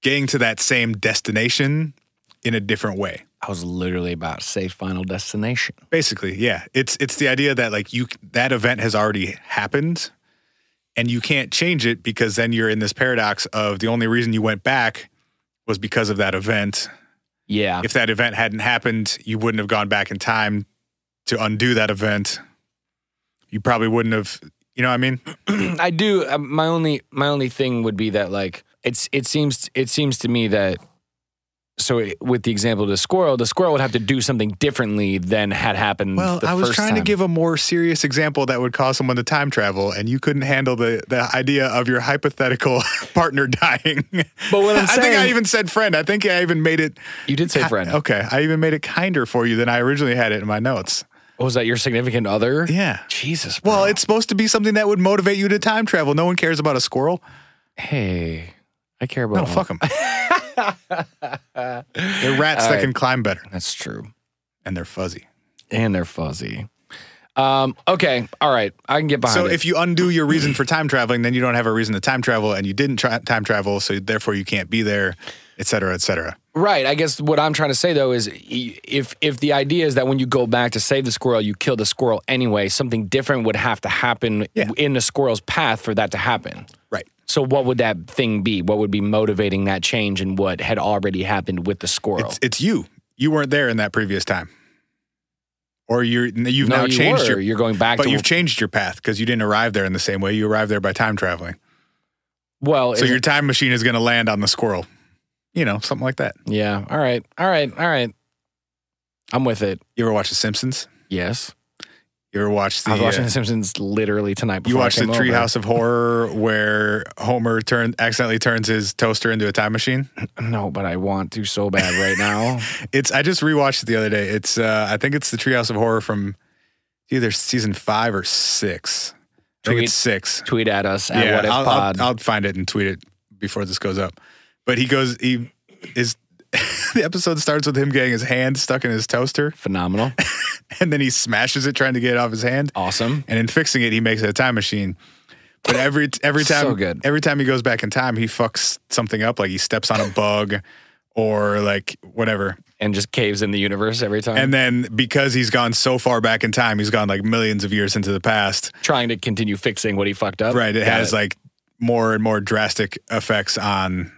S2: getting to that same destination in a different way.
S3: I was literally about to say Final Destination.
S2: Basically, yeah. It's it's the idea that like you that event has already happened and you can't change it because then you're in this paradox of the only reason you went back was because of that event.
S3: Yeah.
S2: If that event hadn't happened, you wouldn't have gone back in time to undo that event. You probably wouldn't have, you know what I mean?
S3: I do. uh, My only my only thing would be that like it's it seems it seems to me that so it, with the example of the squirrel, the squirrel would have to do something differently than had happened.
S2: Well,
S3: the
S2: I was
S3: first
S2: trying
S3: time.
S2: to give a more serious example that would cause someone to time travel, and you couldn't handle the, the idea of your hypothetical partner dying.
S3: But what I'm
S2: I think I
S3: saying-
S2: even said friend. I think I even made it.
S3: You did say friend.
S2: Okay, I even made it kinder for you than I originally had it in my notes.
S3: Oh, was that your significant other?
S2: Yeah.
S3: Jesus. Bro.
S2: Well, it's supposed to be something that would motivate you to time travel. No one cares about a squirrel.
S3: hey, I care about.
S2: No,
S3: all-
S2: fuck them. they're rats that
S3: right.
S2: can climb better,
S3: That's true.
S2: and they're fuzzy.
S3: And they're fuzzy. Um. Okay. All right. I can get behind.
S2: So
S3: it.
S2: if you undo your reason for time traveling, then you don't have a reason to time travel, and you didn't tra- time travel, so therefore you can't be there, et cetera, et cetera.
S3: Right. I guess what I'm trying to say though is y- if if the idea is that when you go back to save the squirrel, you kill the squirrel anyway, something different would have to happen
S2: Yeah.
S3: in the squirrel's path for that to happen.
S2: Right.
S3: So what would that thing be? What would be motivating that change and what had already happened with the squirrel?
S2: It's, it's you. You weren't there in that previous time, or you're you've
S3: No,
S2: now
S3: you
S2: changed
S3: were.
S2: your.
S3: You're going back
S2: but
S3: to
S2: you've changed your path because you didn't arrive there in the same way. You arrived there by time traveling.
S3: well,
S2: So
S3: is-
S2: your time machine is going to land on the squirrel. You know, something like that.
S3: yeah. All right. All right. All right. I'm with it.
S2: You ever watch The Simpsons?
S3: Yes.
S2: You ever watch the?
S3: I was watching
S2: uh,
S3: The Simpsons literally tonight.
S2: you
S3: Before
S2: watched
S3: I
S2: the
S3: came over.
S2: Treehouse of Horror where Homer turn accidentally turns his toaster into a time machine.
S3: No, but I want to so bad right now.
S2: It's I just rewatched it the other day. It's uh I think it's the Treehouse of Horror from either season five or six. I think
S3: Tweet.
S2: it's six.
S3: Tweet at us at
S2: yeah,
S3: what if
S2: I'll, I'll-
S3: pod.
S2: I'll, find it and tweet it before this goes up. But he goes he is the episode starts with him getting his hand stuck in his toaster
S3: Phenomenal.
S2: and then he smashes it trying to get it off his hand.
S3: Awesome.
S2: and in fixing it, he makes it a time machine. But every every
S3: So
S2: time,
S3: good.
S2: every time he goes back in time, he fucks something up. Like he steps on a bug, or like whatever.
S3: And just caves in the universe every time.
S2: And then because he's gone so far back in time, he's gone like millions of years into the past.
S3: trying to continue fixing what he fucked up.
S2: Right? It
S3: Got
S2: has like more and more drastic effects on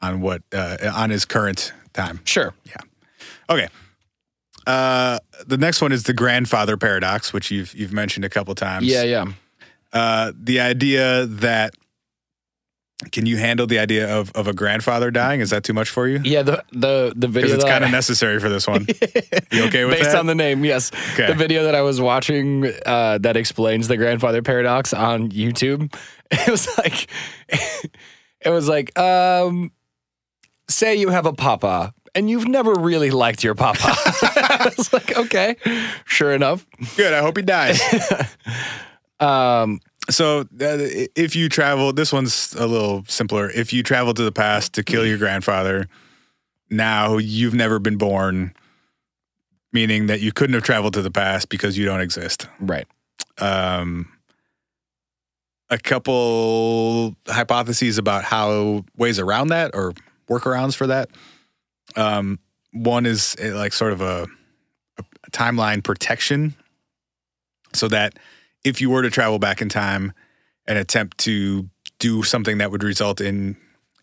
S2: on what uh, on his current time.
S3: Sure.
S2: Okay. Uh, the next one is the grandfather paradox, which you've you've mentioned a couple times.
S3: Yeah, yeah.
S2: uh, the idea that can you handle the idea of of a grandfather dying? Is that too much for you?
S3: Yeah, the the, the
S2: Because
S3: video
S2: it's
S3: that
S2: kind of
S3: I-
S2: necessary for this one. You okay with
S3: based
S2: that?
S3: on the name, yes.
S2: Okay.
S3: The video that I was watching uh, that explains the grandfather paradox on YouTube. It was like it was like, um say you have a papa and you've never really liked your papa. I was like, okay, sure enough.
S2: Good. I hope he dies.
S3: Um
S2: so, uh, if you travel, this one's a little simpler. If you travel to the past to kill your grandfather, now you've never been born, meaning that you couldn't have traveled to the past because you don't exist.
S3: right.
S2: um, a couple hypotheses about how ways around that or workarounds for that. Um, one is eh, like sort of a, a timeline protection, so that if you were to travel back in time and attempt to do something that would result in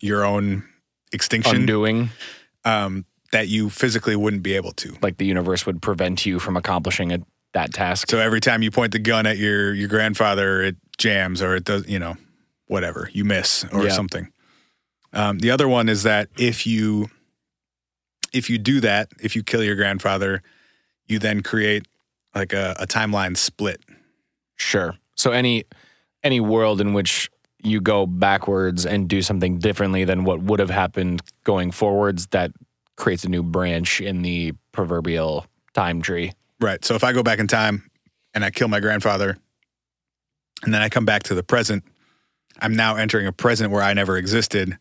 S2: your own extinction,
S3: Undoing.
S2: um, that you physically wouldn't be able to.
S3: Like the universe would prevent you from accomplishing a, that task.
S2: So every time you point the gun at your your grandfather, it jams or it does, you know, whatever you miss or
S3: Yeah.
S2: something. Um, the other one is that if you if you do that, if you kill your grandfather, you then create like a, a timeline split.
S3: Sure. So any any world in which you go backwards and do something differently than what would have happened going forwards, that creates a new branch in the proverbial time tree.
S2: Right. So if I go back in time and I kill my grandfather, and then I come back to the present, I'm now entering a present where I never existed.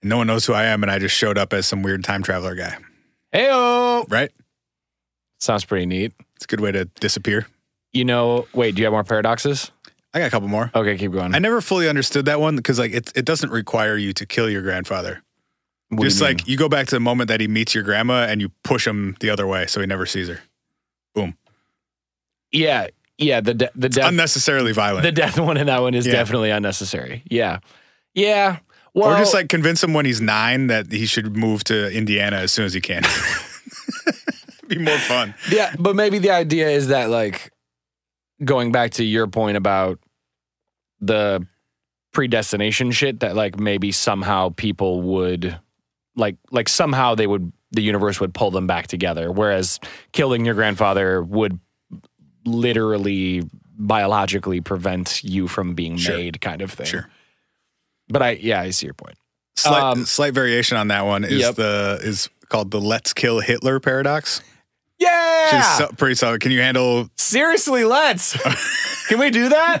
S2: And no one knows who I am, and I just showed up as some weird time traveler guy.
S3: Heyo!
S2: Right?
S3: Sounds pretty neat.
S2: It's a good way to disappear.
S3: You know, wait, do you have more paradoxes?
S2: I got a couple more.
S3: Okay, keep going.
S2: I never fully understood that one because like it it doesn't require you to kill your grandfather.
S3: What do
S2: Just
S3: you mean?
S2: like you go back to the moment that he meets your grandma and you push him the other way so he never sees her.
S3: yeah, yeah. The de- the death
S2: Unnecessarily violent.
S3: the death one in that one is
S2: Yeah.
S3: definitely unnecessary. Yeah, yeah. Well,
S2: or just like convince him when he's nine that he should move to Indiana as soon as he can. Be more fun.
S3: yeah, but maybe the idea is that like going back to your point about the predestination shit that like maybe somehow people would like like somehow they would the universe would pull them back together whereas killing your grandfather would literally biologically prevent you from being
S2: Sure.
S3: made kind of thing.
S2: Sure.
S3: But I yeah, I see your point.
S2: Slight,
S3: Um,
S2: slight variation on that one is
S3: Yep.
S2: the is called the "Let's kill Hitler" paradox. Which is
S3: Yeah.
S2: so- pretty solid. Can you handle
S3: Seriously, let's. Can we do that?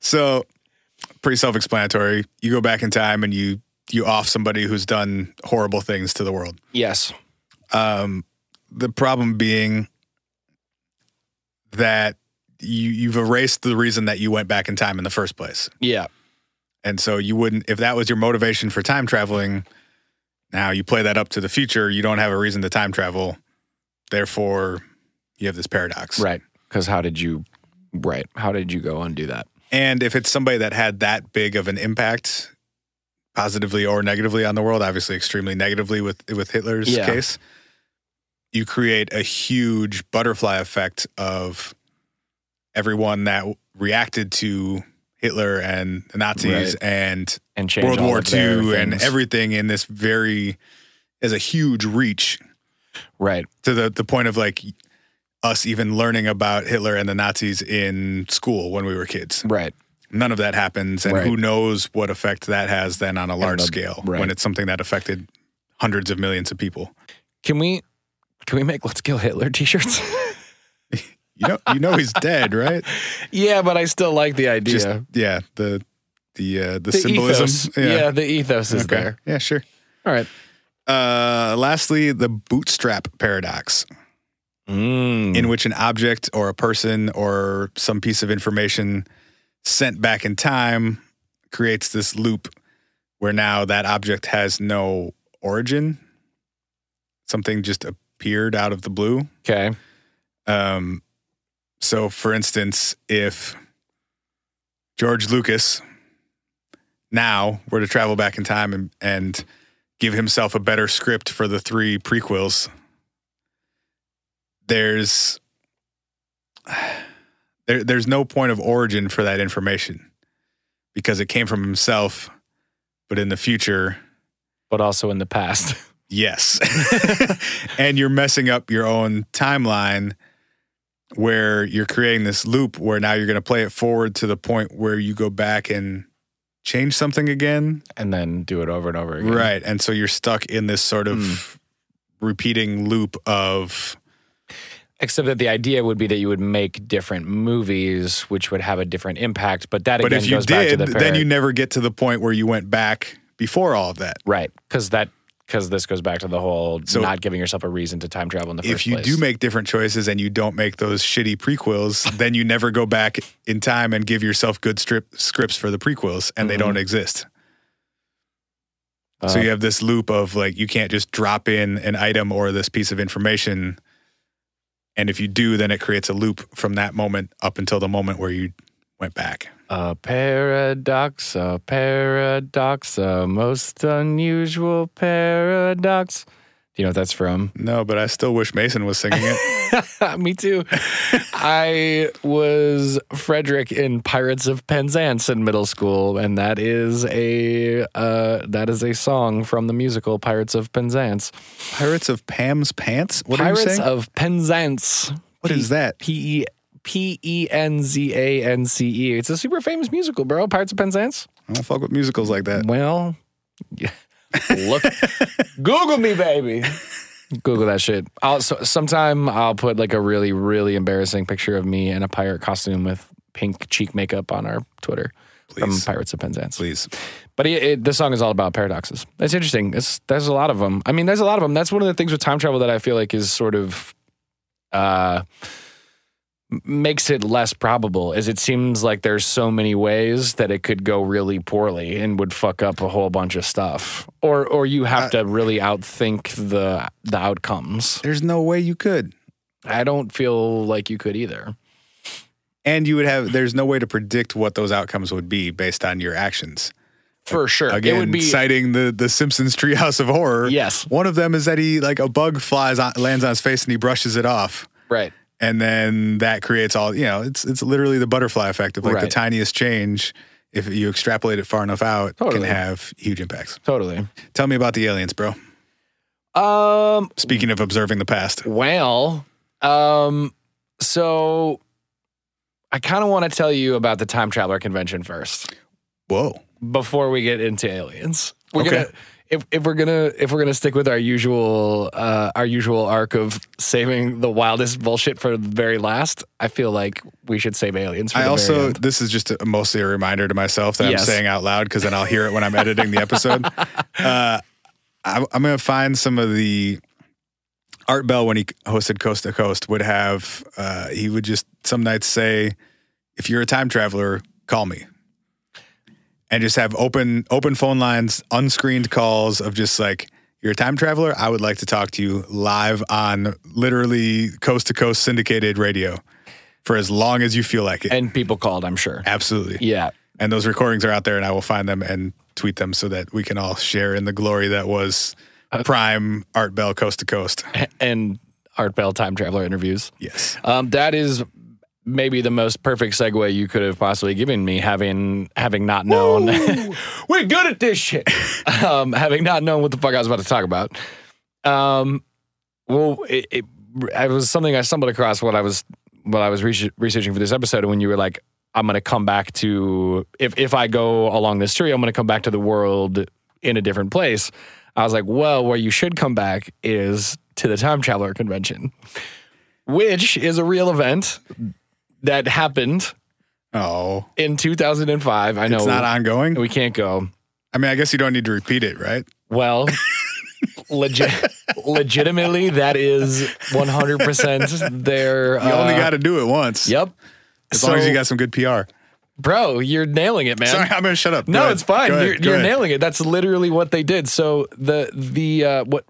S2: So pretty self-explanatory. You go back in time and you you off somebody who's done horrible things to the world.
S3: Yes.
S2: Um, the problem being that you you've erased the reason that you went back in time in the first place.
S3: Yeah.
S2: And so you wouldn't if that was your motivation for time traveling, now you play that up to the future, you don't have a reason to time travel. Therefore, you have this paradox.
S3: Right. Because how did you, right? How did you go undo that?
S2: And if it's somebody that had that big of an impact, positively or negatively on the world, obviously extremely negatively with with Hitler's
S3: Yeah.
S2: case, you create a huge butterfly effect of everyone that reacted to Hitler and the Nazis
S3: Right.
S2: and
S3: And change
S2: World
S3: all
S2: War
S3: of their
S2: II and
S3: things.
S2: everything in this very is a huge reach
S3: Right.
S2: to the the point of like us even learning about Hitler and the Nazis in school when we were kids
S3: Right.
S2: none of that happens and
S3: Right.
S2: who knows what effect that has then on a large
S3: the-
S2: scale
S3: right.
S2: when it's something that affected hundreds of millions of people
S3: Can we? Can we make "Let's Kill Hitler" T-shirts?
S2: you know you know he's dead right
S3: yeah, but I still like the idea.
S2: Just- yeah the the uh, the,
S3: the
S2: symbolism
S3: ethos. Yeah. the ethos is
S2: okay
S3: there.
S2: yeah sure
S3: All right.
S2: uh lastly the bootstrap paradox
S3: Mm.
S2: in which an object or a person or some piece of information sent back in time creates this loop where now that object has no origin. Something just appeared out of the blue.
S3: okay.
S2: Um, so, for instance, if George Lucas now were to travel back in time and, and give himself a better script for the three prequels, there's there, there's no point of origin for that information because it came from himself, but in the future,
S3: But also in the past.
S2: Yes. and you're messing up your own timeline where you're creating this loop where now you're going to play it forward to the point where you go back and change something again.
S3: and then do it over and over again. Hmm.
S2: Right. And so you're stuck in this sort of repeating loop of
S3: Except that the idea would be that you would make different movies, which would have a different impact. But that
S2: but
S3: again
S2: if you
S3: goes back to
S2: did,
S3: the
S2: then
S3: parad-
S2: you never get to the point where you went back before all of that.
S3: Right, because that because this goes back to the whole
S2: So-
S3: not giving yourself a reason to time travel in the first
S2: If you
S3: place.
S2: do make different choices and you don't make those shitty prequels, then you never go back in time and give yourself good strip scripts for the prequels and they
S3: Mhm.
S2: don't exist.
S3: Uh,
S2: So you have this loop of like you can't just drop in an item or this piece of information, and if you do, then it creates a loop from that moment up until the moment where you went back.
S3: a paradox, a paradox, a most unusual paradox. Do you know what that's from?
S2: No, but I still wish Mason was singing it.
S3: Me too. I was Frederick in Pirates of Penzance in middle school, and that is a uh, that is a song from the musical Pirates of Penzance.
S2: Pirates of Pam's Pants. What are you
S3: Pirates
S2: saying?
S3: of Penzance.
S2: What is that?
S3: P E P E N Z A N C E. It's a super famous musical, bro. Pirates of Penzance.
S2: I don't fuck with musicals like that.
S3: Well, yeah. look, Google me, baby. Google that shit. I'll so, sometime I'll put like a really really embarrassing picture of me in a pirate costume with pink cheek makeup on our Twitter
S2: Please.
S3: from Pirates of Penzance.
S2: Please.
S3: But it, it, this song is all about paradoxes. That's interesting. It's, there's a lot of them. I mean, there's a lot of them. That's one of the things with time travel that I feel like is sort of uh, makes it less probable is it seems like there's so many ways that it could go really poorly and would fuck up a whole bunch of stuff or or you have to really outthink the the outcomes
S2: There's no way you could.
S3: i don't feel like you could either
S2: And you would have, there's no way to predict what those outcomes would be based on your actions.
S3: for sure
S2: Again,
S3: it would be
S2: citing the, the Simpsons treehouse of horror.
S3: Yes.
S2: One of them is that he, like, a bug flies on, lands on his face and he brushes it off.
S3: right
S2: and then that creates all you know it's it's literally the butterfly effect of like the
S3: Right.
S2: tiniest change if you extrapolate it far enough out
S3: Totally.
S2: can have huge impacts
S3: totally
S2: tell me about the aliens bro
S3: um
S2: speaking of observing the past
S3: Well, um, so I kind of want to tell you about the time traveler convention first
S2: whoa
S3: before we get into aliens. We're
S2: Okay.
S3: gonna if, if we're gonna if we're gonna stick with our usual uh, our usual arc of saving the wildest bullshit for the very last, I feel like we should save aliens. For
S2: i
S3: the very
S2: also
S3: end.
S2: this is just a, mostly a reminder to myself that
S3: Yes.
S2: i'm saying out loud because then i'll hear it when i'm editing the episode uh, I, i'm gonna find some of the art bell when he hosted coast to coast would have uh, he would just some nights say if you're a time traveler, call me. And just have open open phone lines, unscreened calls of just like you're a time traveler. I would like to talk to you live on literally coast to coast syndicated radio for as long as you feel like it.
S3: and people called, I'm sure.
S2: Absolutely.
S3: Yeah,
S2: And those recordings are out there, and I will find them and tweet them so that we can all share in the glory that was
S3: Uh-huh.
S2: prime Art Bell coast to coast.
S3: and Art Bell time traveler interviews.
S2: Yes.
S3: Um, that is maybe the most perfect segue you could have possibly given me, having having not known we're good at this shit. um, having not known what the fuck I was about to talk about. Um, well, it, it, it was something I stumbled across when I was when I was research- researching for this episode, and when you were like, "I'm going to come back to if if I go along this tree, I'm going to come back to the world in a different place." I was like, "Well, where you should come back is to the time traveler convention." which is a real event that happened
S2: Oh,
S3: in 2005. I know
S2: it's not ongoing.
S3: we can't go.
S2: I mean, I guess you don't need to repeat it, right?
S3: Well, legit, legitimately, that is 100% their.
S2: You only got to do it once.
S3: Uh, Yep.
S2: As long as you got some good PR.
S3: bro, you're nailing it, man.
S2: Sorry, I'm gonna shut up.
S3: No,
S2: Go ahead.
S3: it's fine.
S2: Go ahead.
S3: you're
S2: Go
S3: you're
S2: ahead.
S3: nailing it. That's literally what they did. So the the uh, what?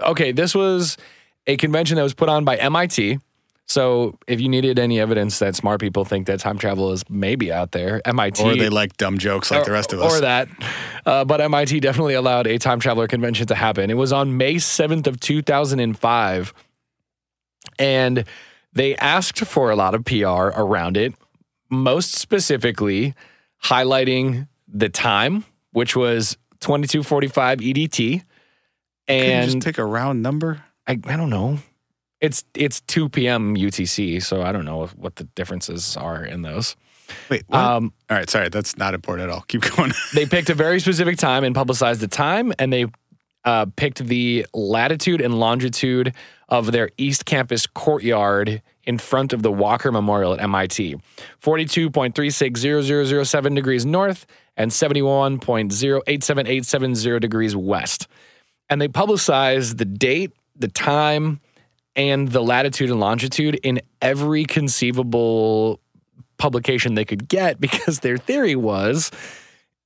S3: Okay, this was a convention that was put on by MIT. So if you needed any evidence that smart people think that time travel is maybe out there, MIT
S2: Or they like dumb jokes like the rest of us.
S3: or that. Uh, but MIT definitely allowed a time traveler convention to happen. It was on May 7th of 2005. And they asked for a lot of PR around it, most specifically highlighting the time, which was 2245 EDT.
S2: Couldn't you
S3: And
S2: just pick a round number.
S3: I, I don't know. It's it's 2 p.m. UTC, so I don't know if- what the differences are in those.
S2: Wait. What?
S3: Um,
S2: all right. Sorry, that's not important at all. Keep going.
S3: they picked a very specific time and publicized the time, and they uh, picked the latitude and longitude of their East Campus courtyard in front of the Walker Memorial at MIT 42.360007 degrees north and 71.087870 degrees west. And they publicized the date, the time, and the latitude and longitude in every conceivable publication they could get because their theory was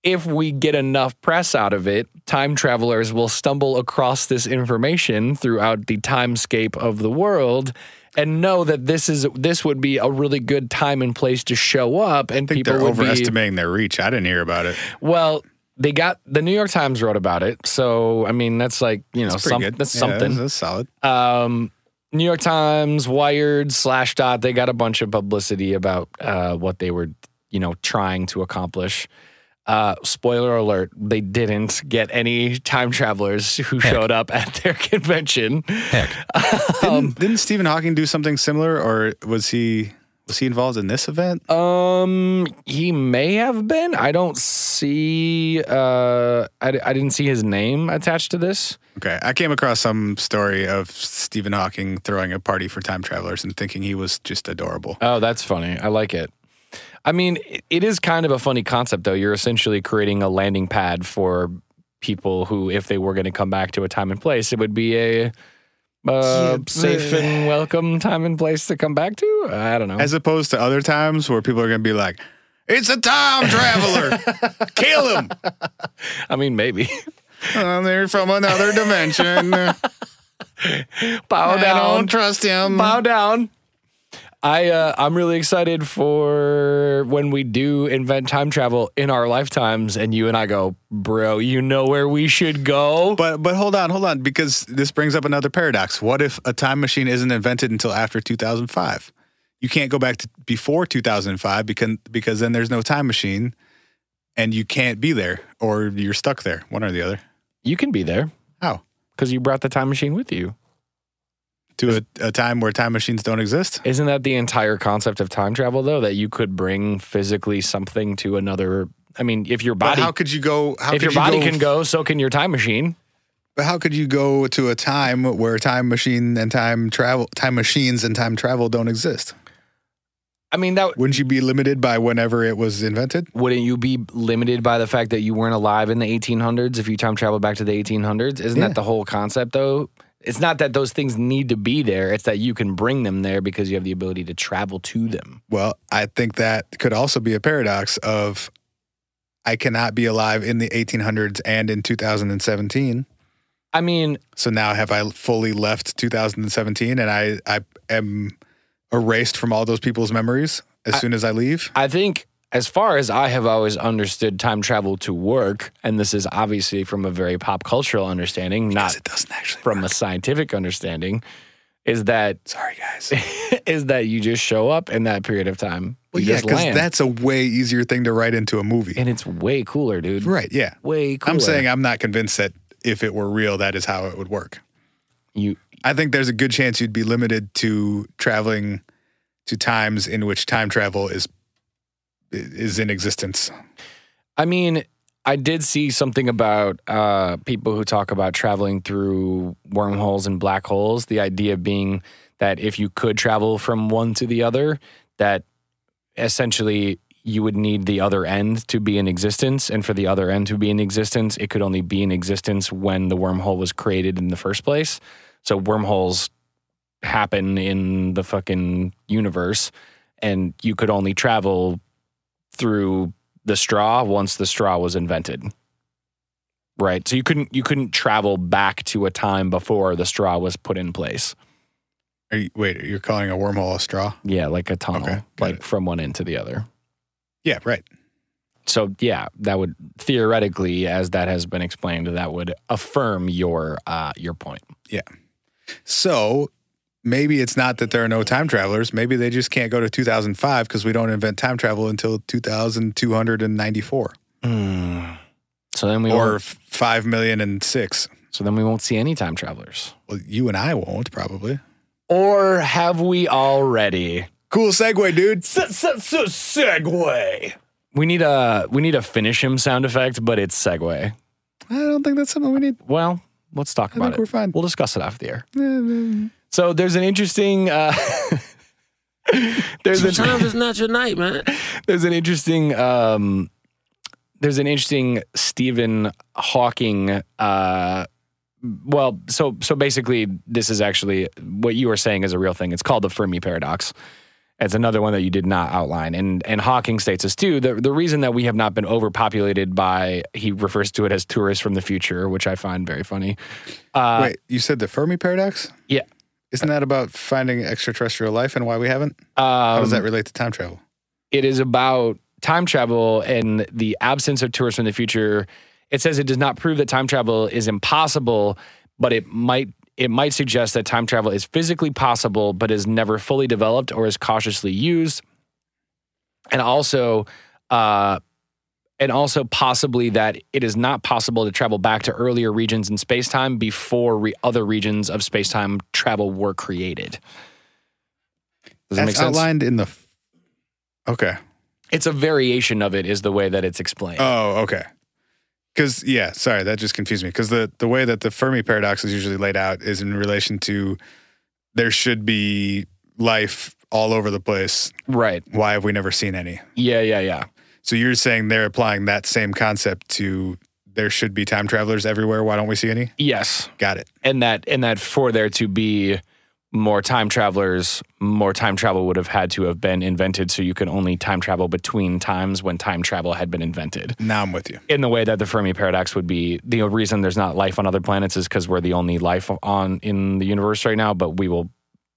S3: if we get enough press out of it, time travelers will stumble across this information throughout the timescape of the world and know that this is this would be a really good time and place to show up
S2: I
S3: and
S2: think
S3: people
S2: they're
S3: would be
S2: overestimating their reach. I didn't hear about it.
S3: well, they got the New York Times wrote about it, so I mean that's like you know
S2: That's pretty
S3: some,
S2: good.
S3: that's
S2: Yeah,
S3: something.
S2: That's, that's solid.
S3: um, New York Times, Wired, Slash Dot, they got a bunch of publicity about uh, what they were you know trying to accomplish. Uh, spoiler alert: They didn't get any time travelers who showed up at their convention.
S2: didn't, didn't Stephen Hawking do something similar, or was he was he involved in this event?
S3: Um, he may have been. I don't see. Uh, I, I didn't see his name attached to this.
S2: Okay, I came across some story of Stephen Hawking throwing a party for time travelers and thinking he was just adorable.
S3: Oh, that's funny. I like it. I mean, it- it is kind of a funny concept, though. You're essentially creating a landing pad for people who, if they were going to come back to a time and place, it would be a uh,
S2: Yeah,
S3: safe
S2: but-
S3: and welcome time and place to come back to? I don't know.
S2: As opposed to other times where people are going to be like, it's a time traveler. Kill him.
S3: I mean, maybe.
S2: Oh, they're from another dimension. I
S3: Bow down.
S2: don't trust him.
S3: bow down. I uh, I'm really excited for when we do invent time travel in our lifetimes, and you and I go, bro. You know where we should go.
S2: But but hold on, hold on, because this brings up another paradox. What if a time machine isn't invented until after 2005? You can't go back to before 2005 because because then there's no time machine, and you can't be there or you're stuck there. One or the other.
S3: you can be there
S2: How
S3: because you brought the time machine with you.
S2: to a, a time where time machines don't exist?
S3: Isn't that the entire concept of time travel, though? That you could bring physically something to another. I mean, if your
S2: But
S3: body,
S2: how could you go? How could
S3: if your
S2: you
S3: body
S2: go,
S3: can go, so can your time machine.
S2: But how could you go to a time where time machine and time travel, time machines and time travel don't exist?
S3: I mean, that
S2: Wouldn't you be limited by whenever it was invented?
S3: wouldn't you be limited by the fact that you weren't alive in the 1800s if you time travel back to the 1800s? Isn't
S2: Yeah.
S3: that the whole concept though? It's not that those things need to be there, it's that you can bring them there because you have the ability to travel to them.
S2: Well, I think that could also be a paradox of I cannot be alive in the 1800s and in 2017.
S3: I mean,
S2: So now have I fully left 2017 and I, I am erased from all those people's memories as soon as I leave?
S3: I think as far as I have always understood time travel to work, and this is obviously from a very pop cultural understanding,
S2: Because
S3: not
S2: it doesn't actually.
S3: from a scientific understanding, is that
S2: Sorry, guys.
S3: is that you just show up in that period of time.
S2: Well,
S3: you
S2: yeah,
S3: just
S2: because
S3: land.
S2: that's a way easier thing to write into a movie.
S3: and it's way cooler, dude.
S2: right. Yeah.
S3: Way cooler.
S2: I'm saying I'm not convinced that if it were real, that is how it would work.
S3: you
S2: I think there's a good chance you'd be limited to traveling to times in which time travel is is in existence.
S3: I mean, I did see something about uh, people who talk about traveling through wormholes and black holes. The idea being that if you could travel from one to the other, that essentially you would need the other end to be in existence. And for the other end to be in existence, it could only be in existence when the wormhole was created in the first place. So wormholes happen in the fucking universe, and you could only travel through the straw once the straw was invented right so you couldn't you couldn't travel back to a time before the straw was put in place
S2: Are you, wait, you're calling a wormhole a straw?
S3: yeah like a tunnel
S2: Okay, got
S3: like
S2: it.
S3: from one end to the other
S2: Yeah, right.
S3: so yeah that would theoretically as that has been explained that would affirm your uh your point
S2: So maybe it's not that there are no time travelers. Maybe they just can't go to 2005 because we don't invent time travel until 2294
S3: so then we
S2: or
S3: won't,
S2: f- five million and six.
S3: so then we won't see any time travelers
S2: Well, you and I won't probably.
S3: or have we already
S2: Cool segue, dude.
S3: segway we need a we need a finish him sound effect but it's segway
S2: I don't think that's something we need.
S3: well let's talk
S2: I
S3: about
S2: think
S3: it
S2: we're fine.
S3: We'll discuss it off the air.
S2: Eh, eh.
S3: So there's an interesting. Uh, there's an,
S5: Sometimes it's not your night, man.
S3: there's an interesting. Um, there's an interesting Stephen Hawking. Uh, well, so so basically, this is actually what you are saying is a real thing. It's called the Fermi paradox. It's another one that you did not outline, and and Hawking states this too. The the reason that we have not been overpopulated by he refers to it as tourists from the future, which I find very funny. Uh,
S2: Wait, you said the Fermi paradox?
S3: Yeah.
S2: Isn't that about finding extraterrestrial life and why we haven't? How does
S3: um,
S2: that relate to time travel?
S3: it is about time travel and the absence of tourists from the future. It says it does not prove that time travel is impossible, but it might it might suggest that time travel is physically possible but is never fully developed or is cautiously used. And also uh and also possibly that it is not possible to travel back to earlier regions in space-time before re- other regions of space-time travel were created. Does that
S2: That's
S3: make sense?
S2: outlined in the. f- Okay.
S3: It's a variation of it, is the way that it's explained.
S2: Oh, okay. Because yeah, sorry, that just confused me. Because the the way that the Fermi paradox is usually laid out is in relation to there should be life all over the place.
S3: right.
S2: Why have we never seen any?
S3: Yeah, yeah, yeah.
S2: So you're saying they're applying that same concept to there should be time travelers everywhere. Why don't we see any?
S3: Yes.
S2: Got it.
S3: and that and that for there to be more time travelers, more time travel would have had to have been invented so you can only time travel between times when time travel had been invented.
S2: Now I'm with you.
S3: In the way that the Fermi paradox would be the reason there's not life on other planets is because we're the only life on in the universe right now, but we will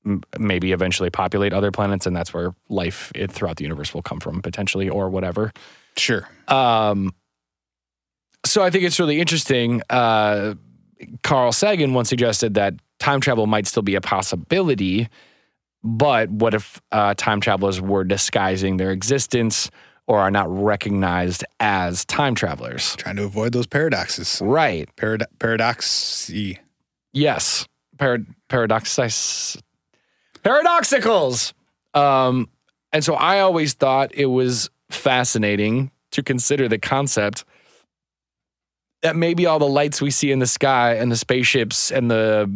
S3: m- maybe eventually populate other planets and that's where life it, throughout the universe will come from potentially or whatever.
S2: Sure.
S3: Um, so I think it's really interesting. Uh, Carl Sagan once suggested that time travel might still be a possibility, but what if uh, time travelers were disguising their existence or are not recognized as time travelers?
S2: Trying to avoid those paradoxes.
S3: Right.
S2: Parad- paradoxy.
S3: Yes. Parad- paradoxis- paradoxicals. Um, and so I always thought it was fascinating to consider the concept that maybe all the lights we see in the sky and the spaceships and the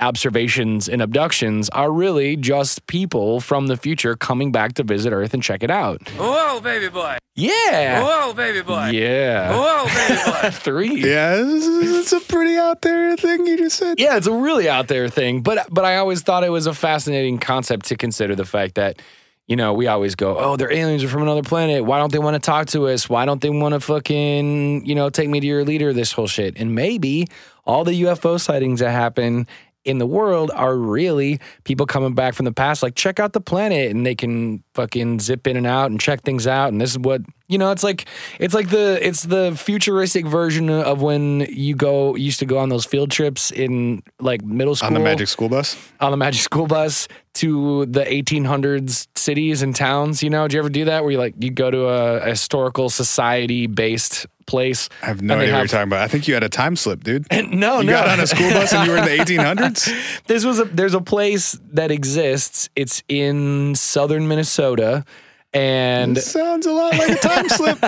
S3: observations and abductions are really just people from the future coming back to visit Earth and check it out.
S5: Whoa, baby boy.
S3: Yeah.
S5: Whoa, baby boy.
S3: Yeah.
S5: Whoa, baby boy.
S3: Three.
S2: Yeah, this is- it's a pretty out there thing you just said.
S3: yeah, it's a really out there thing. But but I always thought it was a fascinating concept to consider the fact that you know we always go, oh, they're aliens are from another planet. Why don't they want to talk to us? Why don't they want to fucking you know take me to your leader? This whole shit. And maybe all the UFO sightings that happen in the world are really people coming back from the past like check out the planet and they can fucking zip in and out and check things out and this is what you know it's like it's like the it's the futuristic version of when you go used to go on those field trips in like middle school
S2: On the magic school bus?
S3: on the magic school bus to the 1800s cities and towns you know did you ever do that where you like you go to a, a historical society based place
S2: I have no
S3: And they
S2: idea what
S3: have-
S2: you're talking about. I think you had a time slip, dude. You
S3: no Oh, no
S2: got on a school bus and you were in the 1800s?
S3: this was a there's a place that exists. It's in southern Minnesota. And
S2: Sounds a lot like a time slip.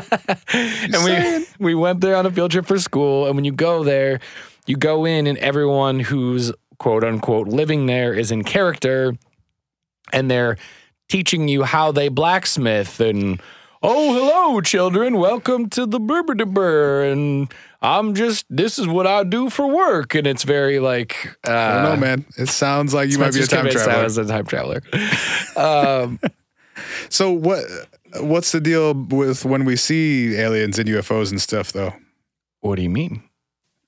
S3: and we we went there on a field trip for school. And when you go there, you go in and everyone who's quote unquote living there is in character and they're teaching you how they blacksmith and oh hello children welcome to the berber de burr and i'm just this is what i do for work and it's very like uh,
S2: I don't know, man. It sounds like you might be a
S3: Spencer's
S2: time
S3: convinced
S2: traveler.
S3: I was a time traveler. Um,
S2: So what what's the deal with when we see aliens and UFOs and stuff though?
S3: what do you mean?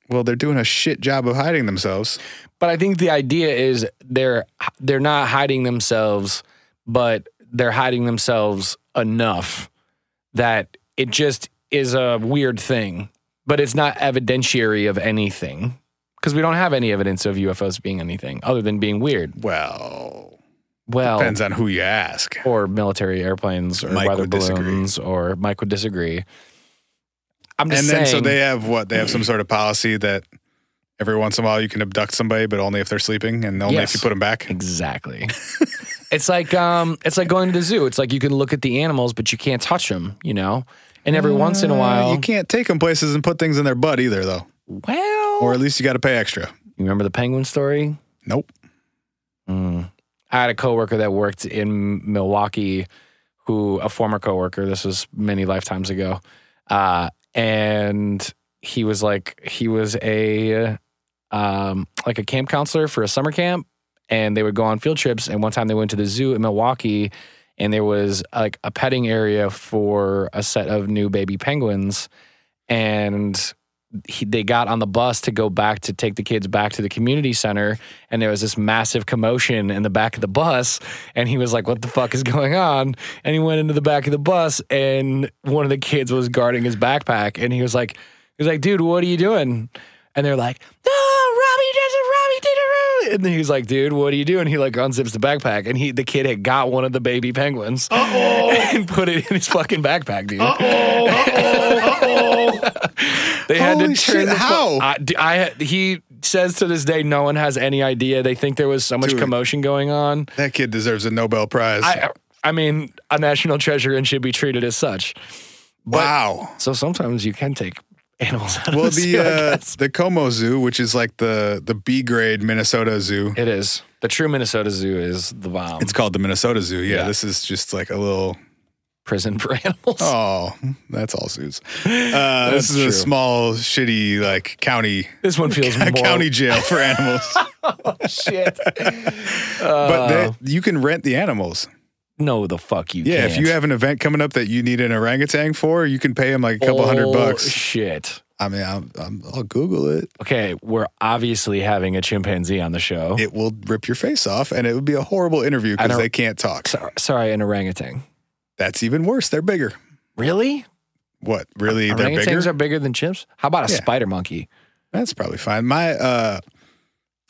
S2: Well, they're doing a shit job of hiding themselves.
S3: But I think the idea is they're they're not hiding themselves, but they're hiding themselves enough that it just is a weird thing. But it's not evidentiary of anything because we don't have any evidence of UFOs being anything other than being weird.
S2: Well,
S3: Well,
S2: depends on who you ask.
S3: or military airplanes or
S2: Mike
S3: weather
S2: would disagree.
S3: balloons or Mike would disagree. I'm
S2: And
S3: just
S2: then so
S3: saying-
S2: they have what? They have some sort of policy that every once in a while you can abduct somebody, but only if they're sleeping and only
S3: Yes.
S2: if you put them back.
S3: Exactly. it's like um, it's like going to the zoo. It's like you can look at the animals, but you can't touch them. You know. And every once in a while,
S2: Uh, You can't take them places and put things in their butt either, though.
S3: well,
S2: Or at least you got to pay extra.
S3: you remember the penguin story?
S2: Nope.
S3: I had a coworker that worked in Milwaukee, who a former coworker. This was many lifetimes ago, uh, and he was like he was a um, like a camp counselor for a summer camp, and they would go on field trips. And one time they went to the zoo in Milwaukee, and there was like a petting area for a set of new baby penguins, and he, they got on the bus to go back to take the kids back to the community center and there was this massive commotion in the back of the bus and he was like what the fuck is going on and he went into the back of the bus and one of the kids was guarding his backpack and he was like he was like dude what are you doing and they're like no robbie doesn't robbie did it Robbie." and then he was like dude what are you doing he like unzips the backpack and he the kid had got one of the baby penguins and put it in his fucking backpack dude they had to
S2: Holy
S3: turn
S2: shit,
S3: the fu-
S2: how?
S3: I, d- I- he says to this day, no one has any idea. They think there was so much
S2: Dude.
S3: commotion going on.
S2: That kid deserves a Nobel Prize.
S3: I, I mean, a national treasure and should be treated as such.
S2: wow.
S3: So sometimes you can take animals out
S2: Well,
S3: of the,
S2: the
S3: zoo, I
S2: uh,
S3: guess.
S2: the Como Zoo, which is like the the B grade Minnesota zoo,
S3: It is the true Minnesota Zoo is the bomb.
S2: it's called the Minnesota Zoo. Yeah,
S3: Yeah.
S2: this is just like a little
S3: prison for animals.
S2: Oh, that's all zoos. Uh, this
S3: That's
S2: is
S3: true.
S2: a small, shitty, like county
S3: This one feels more
S2: county jail for animals.
S3: shit. Uh,
S2: but that, you can rent the animals.
S3: no, the fuck you.
S2: Yeah,
S3: can't.
S2: if you have an event coming up that you need an orangutan for, you can pay him like a couple hundred
S3: Oh,
S2: bucks.
S3: Shit.
S2: I mean, I'm, I'm, I'll Google it.
S3: Okay, we're obviously having a chimpanzee on the show.
S2: It will rip your face off, and it would be a horrible interview
S3: I
S2: because
S3: don't-
S2: they can't talk.
S3: Sor- sorry, an orangutan.
S2: That's even worse. They're bigger.
S3: Really?
S2: What really? They're
S3: Orangutans
S2: bigger.
S3: are bigger than chimps. How about a
S2: Yeah.
S3: spider monkey?
S2: That's probably fine. My uh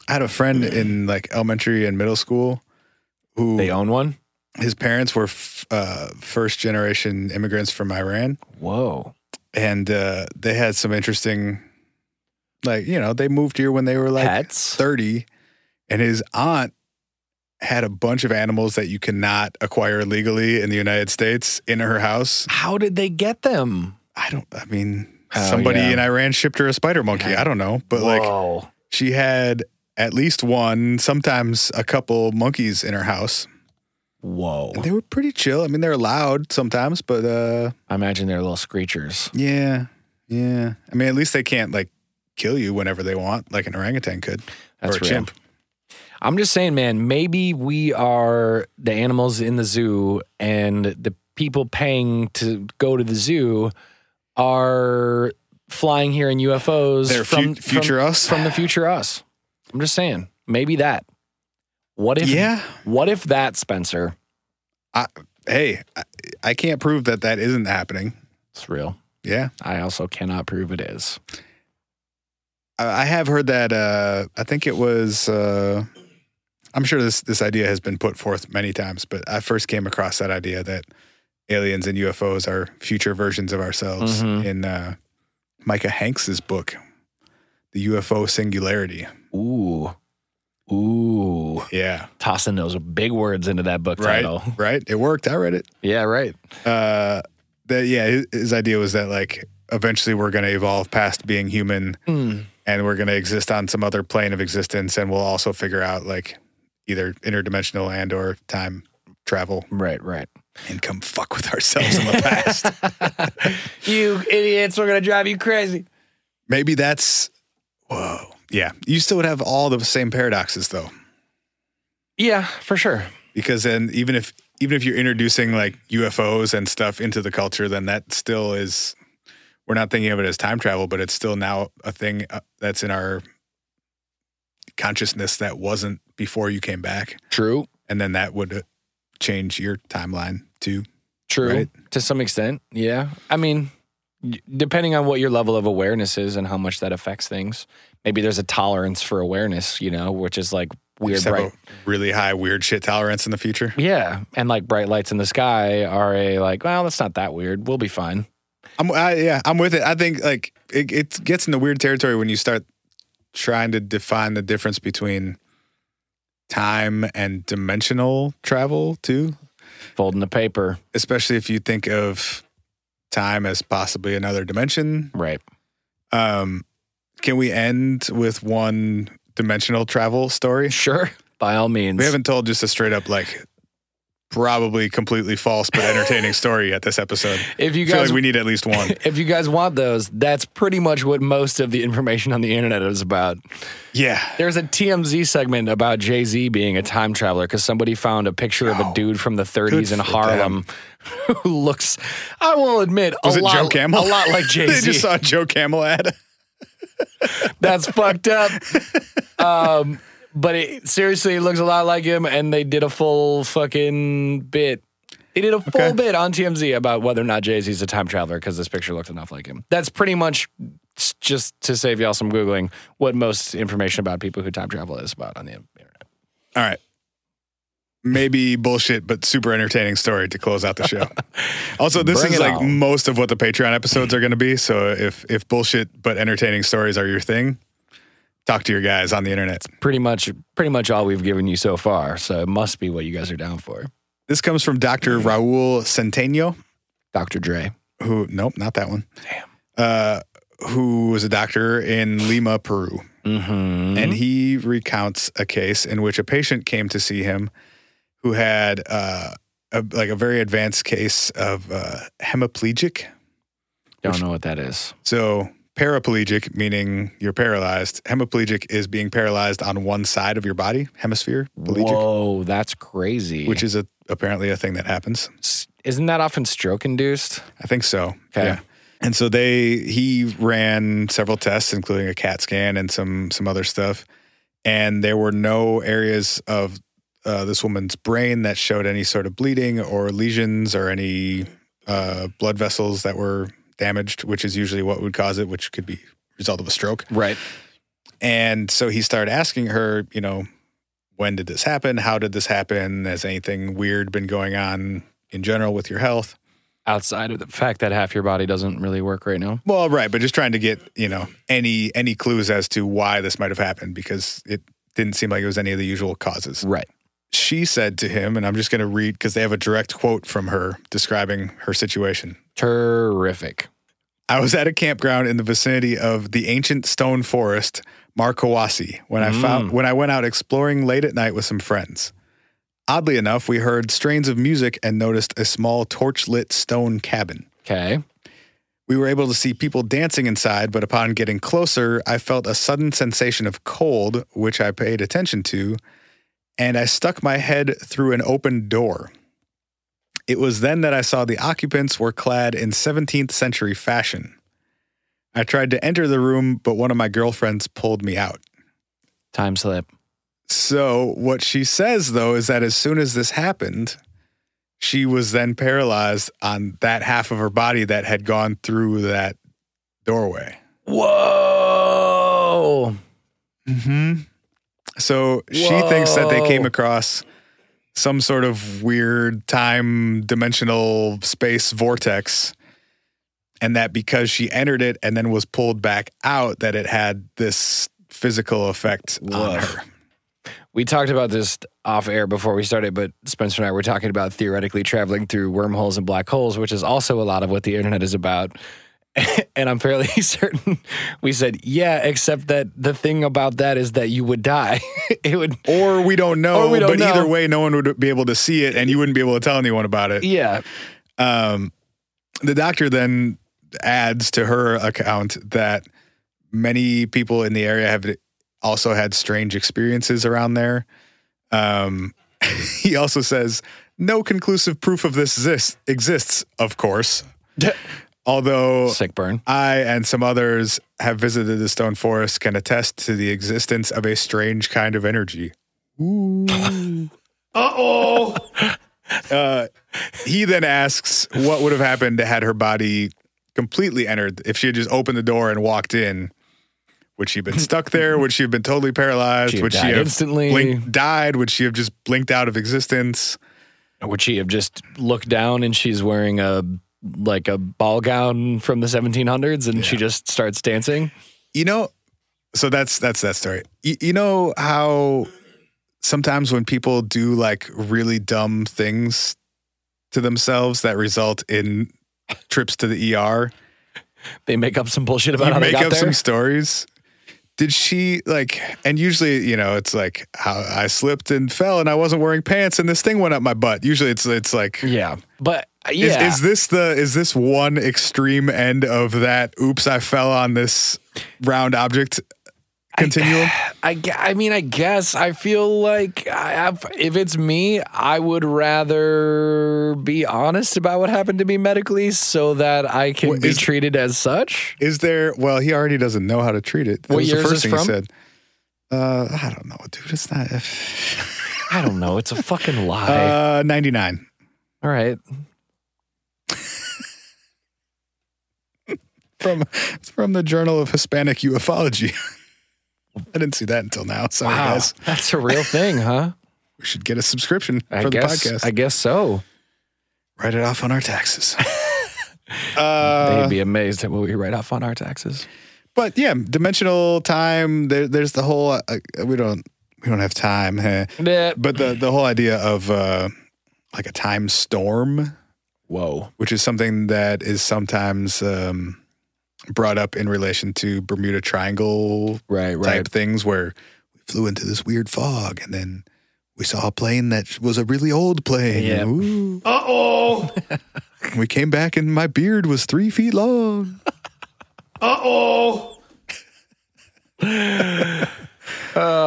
S2: I had a friend in like elementary and middle school who
S3: They own one.
S2: his parents were f- uh first generation immigrants from Iran
S3: Whoa.
S2: and uh they had some interesting like you know they moved here when they were like
S3: Pets.
S2: 30 and his aunt had a bunch of animals that you cannot acquire legally in the United States in her house.
S3: How did they get them?
S2: I don't I mean
S3: Oh,
S2: somebody
S3: yeah.
S2: in Iran shipped her a spider monkey. I don't know, but like
S3: Whoa.
S2: she had at least one, sometimes a couple monkeys in her house.
S3: Whoa.
S2: And they were pretty chill. I mean, they're loud sometimes, but uh,
S3: I imagine they're little screechers.
S2: yeah, yeah. I mean, at least they can't like kill you whenever they want, like an orangutan could
S3: That's
S2: or a
S3: real.
S2: chimp.
S3: I'm just saying, man, maybe we are the animals in the zoo and the people paying to go to the zoo are flying here in UFOs
S2: They're
S3: from,
S2: fu- future us.
S3: from, from the future us. I'm just saying, maybe that. What if
S2: yeah.
S3: what if that, Spencer?
S2: Hey, I, I can't prove that that isn't happening.
S3: It's real.
S2: Yeah,
S3: I also cannot prove it is.
S2: I, I have heard that. Uh, I think it was. Uh, I'm sure this this idea has been put forth many times, but I first came across that idea that aliens and UFOs are future versions of ourselves
S3: Mhm.
S2: in uh, Micah Hanks's book, "The UFO Singularity."
S3: Ooh. Ooh.
S2: Yeah,
S3: Tossing those big words into that book
S2: right,
S3: title.
S2: right. It worked. I read it.
S3: Yeah, right.
S2: Uh, that yeah, his, his idea was that like eventually we're going to evolve past being human
S3: Mm.
S2: and we're going to exist on some other plane of existence and we'll also figure out like either interdimensional and or time travel
S3: Right, right.
S2: and come fuck with ourselves in the past
S3: you idiots, we're gonna drive you crazy.
S2: maybe that's whoa yeah you still would have all the same paradoxes though
S3: Yeah, for sure.
S2: because then even if even if you're introducing like ufos and stuff into the culture then that still is we're not thinking of it as time travel but it's still now a thing uh, that's in our consciousness that wasn't before you came back
S3: True,
S2: and then that would uh, change your timeline too.
S3: true.
S2: Right.
S3: To some extent, yeah. I mean, y- depending on what your level of awareness is and how much that affects things, maybe there's a tolerance for awareness, you know, which is like
S2: You
S3: weird
S2: just have
S3: bright.
S2: a really high weird shit tolerance in the future.
S3: Yeah, and like bright lights in the sky are a like, well, that's not that weird. We'll be fine.
S2: I'm I, yeah, I'm with it. I think like it, it gets in the weird territory when you start trying to define the difference between time and dimensional travel too,
S3: Folding the paper,
S2: especially if you think of time as possibly another dimension.
S3: right?
S2: Um, can we end with one dimensional travel story?
S3: Sure, by all means.
S2: We haven't told just a straight up like probably completely false but entertaining story yet this episode.
S3: if you
S2: I feel
S3: guys
S2: like we need at least one.
S3: if you guys want those, that's pretty much what most of the information on the internet is about.
S2: yeah.
S3: There's a TMZ segment about Jay Z being a time traveler because somebody found a picture of a dude from the 30s in
S2: Oh, for
S3: Harlem who looks, I will admit,
S2: Was
S3: a,
S2: it
S3: lot,
S2: Joe Camel?
S3: a lot like Jay
S2: they just
S3: Z.
S2: saw a Joe Camel ad.
S3: That's fucked up. Um, but it, seriously, it looks a lot like him, and they did a full fucking bit. They did a full
S2: Okay.
S3: bit on TMZ about whether or not Jay Z's a time traveler because this picture looked enough like him. That's pretty much s- just to save y'all some Googling what most information about people who time travel is about on the internet.
S2: All right. Maybe bullshit, but super entertaining story to close out the show. Also, this
S3: Bring
S2: is
S3: it
S2: like
S3: on.
S2: most of what the Patreon episodes are going to be. So if if bullshit but entertaining stories are your thing, talk to your guys on the internet.
S3: pretty much pretty much all we've given you so far. So it must be what you guys are down for.
S2: This comes from Dr.
S3: Mm.
S2: Raul Centeno.
S3: Dr. Dre.
S2: who nope, not that one. Damn. Uh, who was a doctor in Lima, Peru,
S3: Mm-hmm.
S2: and he recounts a case in which a patient came to see him who had uh, a, like a very advanced case of uh, hemiplegic.
S3: Don't know what that is.
S2: So paraplegic, meaning you're paralyzed. Hemiplegic is being paralyzed on one side of your body, hemisphere, plegic,
S3: Whoa, that's crazy.
S2: which is a, apparently a thing that happens.
S3: is isn't that often stroke induced?
S2: I think so.
S3: Okay.
S2: Yeah. And so they he ran several tests, including a CAT scan and some some other stuff, and there were no areas of uh, this woman's brain that showed any sort of bleeding or lesions or any uh, blood vessels that were damaged, which is usually what would cause it, which could be result of a stroke.
S3: Right.
S2: And so he started asking her, you know, when did this happen? How did this happen? Has anything weird been going on in general with your health?
S3: Outside of the fact that half your body doesn't really work right now.
S2: Well, right, but just trying to get you know any any clues as to why this might have happened because it didn't seem like it was any of the usual causes.
S3: Right.
S2: She said to him, and I'm just going to read because they have a direct quote from her describing her situation.
S3: Terrific.
S2: I was at a campground in the vicinity of the ancient stone forest, Markawasi, when I found when I went out exploring late at night with some friends. Oddly enough, we heard strains of music and noticed a small torch-lit stone cabin.
S3: Okay.
S2: We were able to see people dancing inside, but upon getting closer, I felt a sudden sensation of cold, which I paid attention to, and I stuck my head through an open door. It was then that I saw the occupants were clad in 17th century fashion. I tried to enter the room, but one of my girlfriends pulled me out.
S3: Time slip.
S2: So, what she says though is that as soon as this happened, she was then paralyzed on that half of her body that had gone through that doorway.
S3: Whoa.
S2: Mm-hmm. So, she thinks that they came
S3: Whoa.
S2: across some sort of weird time dimensional space vortex. And that because she entered it and then was pulled back out, that it had this physical effect on
S3: Woof.
S2: her.
S3: We talked about this off air before we started, but Spencer and I were talking about theoretically traveling through wormholes and black holes, which is also a lot of what the internet is about. and I'm fairly certain we said, yeah, except that the thing about that is that you would die. it would,
S2: Or we don't know.
S3: Or we don't
S2: but either
S3: know.
S2: way, no one would be able to see it, and you wouldn't be able to tell anyone about it.
S3: yeah.
S2: Um, the doctor then adds to her account that many people in the area have also had strange experiences around there. Um, he also says no conclusive proof of this exists, exists of course. Although
S3: Sick burn.
S2: I and some others have visited the stone forest can attest to the existence of a strange kind of energy. Ooh. Uh-oh. Uh, he then asks what would have happened had her body completely entered if she had just opened the door and walked in. Would she have been stuck there? Would she have been totally paralyzed?
S3: She'd
S2: would she
S3: died
S2: have
S3: instantly.
S2: blinked, died? Would she have just blinked out of existence?
S3: Would she have just looked down and she's wearing a like a ball gown from the 1700s and she just starts dancing?
S2: you know so that's that's that story you, you know how sometimes when people do like really dumb things to themselves that result in trips to the er
S3: They make up some bullshit about
S2: you
S3: how they
S2: make
S3: got
S2: up
S3: there.
S2: some stories did she like and usually you know it's like how i slipped and fell and i wasn't wearing pants and this thing went up my butt usually it's it's like
S3: yeah, but yeah,
S2: is- Is, this the is this one extreme end of that oops I fell on this round object continuum?
S3: I, gue- I mean, I guess I feel like I have, if it's me, I would rather be honest about what happened to me medically so that I can
S2: What
S3: be
S2: is-
S3: treated as such.
S2: Is there? Well, he already doesn't know how to treat it. That
S3: What
S2: was
S3: year
S2: the
S3: is
S2: first thing
S3: this
S2: he
S3: from?
S2: said. Uh, I don't know, dude. It's not
S3: I don't know. It's a fucking lie.
S2: uh, ninety nine.
S3: All right.
S2: From it's from the Journal of Hispanic Ufology. I didn't see that until now. Sorry,
S3: Wow.
S2: guys.
S3: That's a real thing, huh?
S2: We should get a subscription
S3: I
S2: for
S3: guess,
S2: the podcast.
S3: I guess so.
S2: Write it off on our taxes. uh,
S3: They'd be amazed at what we write off on our taxes.
S2: but yeah, dimensional time. There, there's the whole. Uh, we don't. We don't have time. Heh. But the the whole idea of uh, like a time storm.
S3: Whoa.
S2: which is something that is sometimes um, brought up in relation to Bermuda Triangle
S3: Right,
S2: type things, where we flew into this weird fog and then we saw a plane that was a really old plane.
S3: Yeah.
S2: Uh oh. we came back and my beard was three feet long.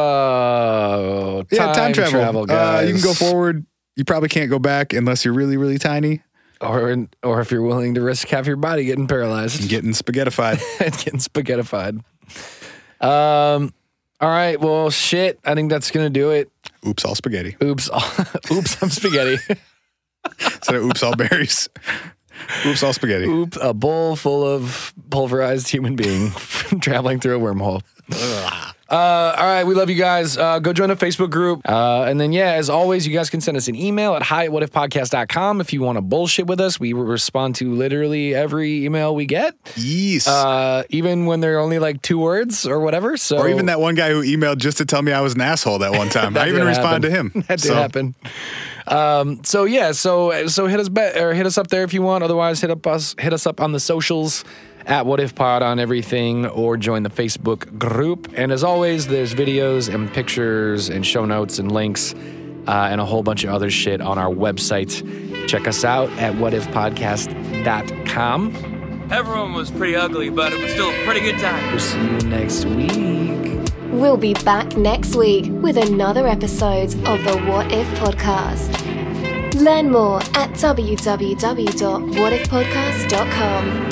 S3: Oh, time
S2: Yeah, time travel.
S3: guys.
S2: Uh, you can go forward. You probably can't go back unless you're really, really tiny
S3: or or if you're willing to risk half your body getting paralyzed
S2: and getting spaghettified.
S3: and getting spaghettified. Um. All right. Well, shit. I think that's gonna do it.
S2: oops, all spaghetti.
S3: Oops. Oops. I'm spaghetti.
S2: Instead of oops, all berries. Oops, all spaghetti.
S3: Oop, a bowl full of pulverized human being traveling through a wormhole. Uh, all right, we love you guys. Uh, go join the Facebook group. Uh, and then, yeah, as always, you guys can send us an email at hi at whatifpodcast.com if you want to bullshit with us. We respond to literally every email we get,
S2: Yes.
S3: uh, even when they're only like two words or whatever. So
S2: or even that one guy who emailed just to tell me I was an asshole that one time.
S3: That
S2: I even
S3: did
S2: responded
S3: happen.
S2: to him.
S3: That did
S2: So,
S3: happen. Um, so yeah, so so hit us bet or hit us up there if you want. Otherwise, hit up us hit us up on the socials at What If Pod on everything, or join the Facebook group. And as always, there's videos and pictures and show notes and links. Uh, and a whole bunch of other shit on our website. Check us out at whatifpodcast.com.
S5: Everyone was pretty ugly, but it was still a pretty good time.
S3: We'll see you next week.
S1: We'll be back next week with another episode of the What If Podcast. Learn more at www.whatifpodcast.com.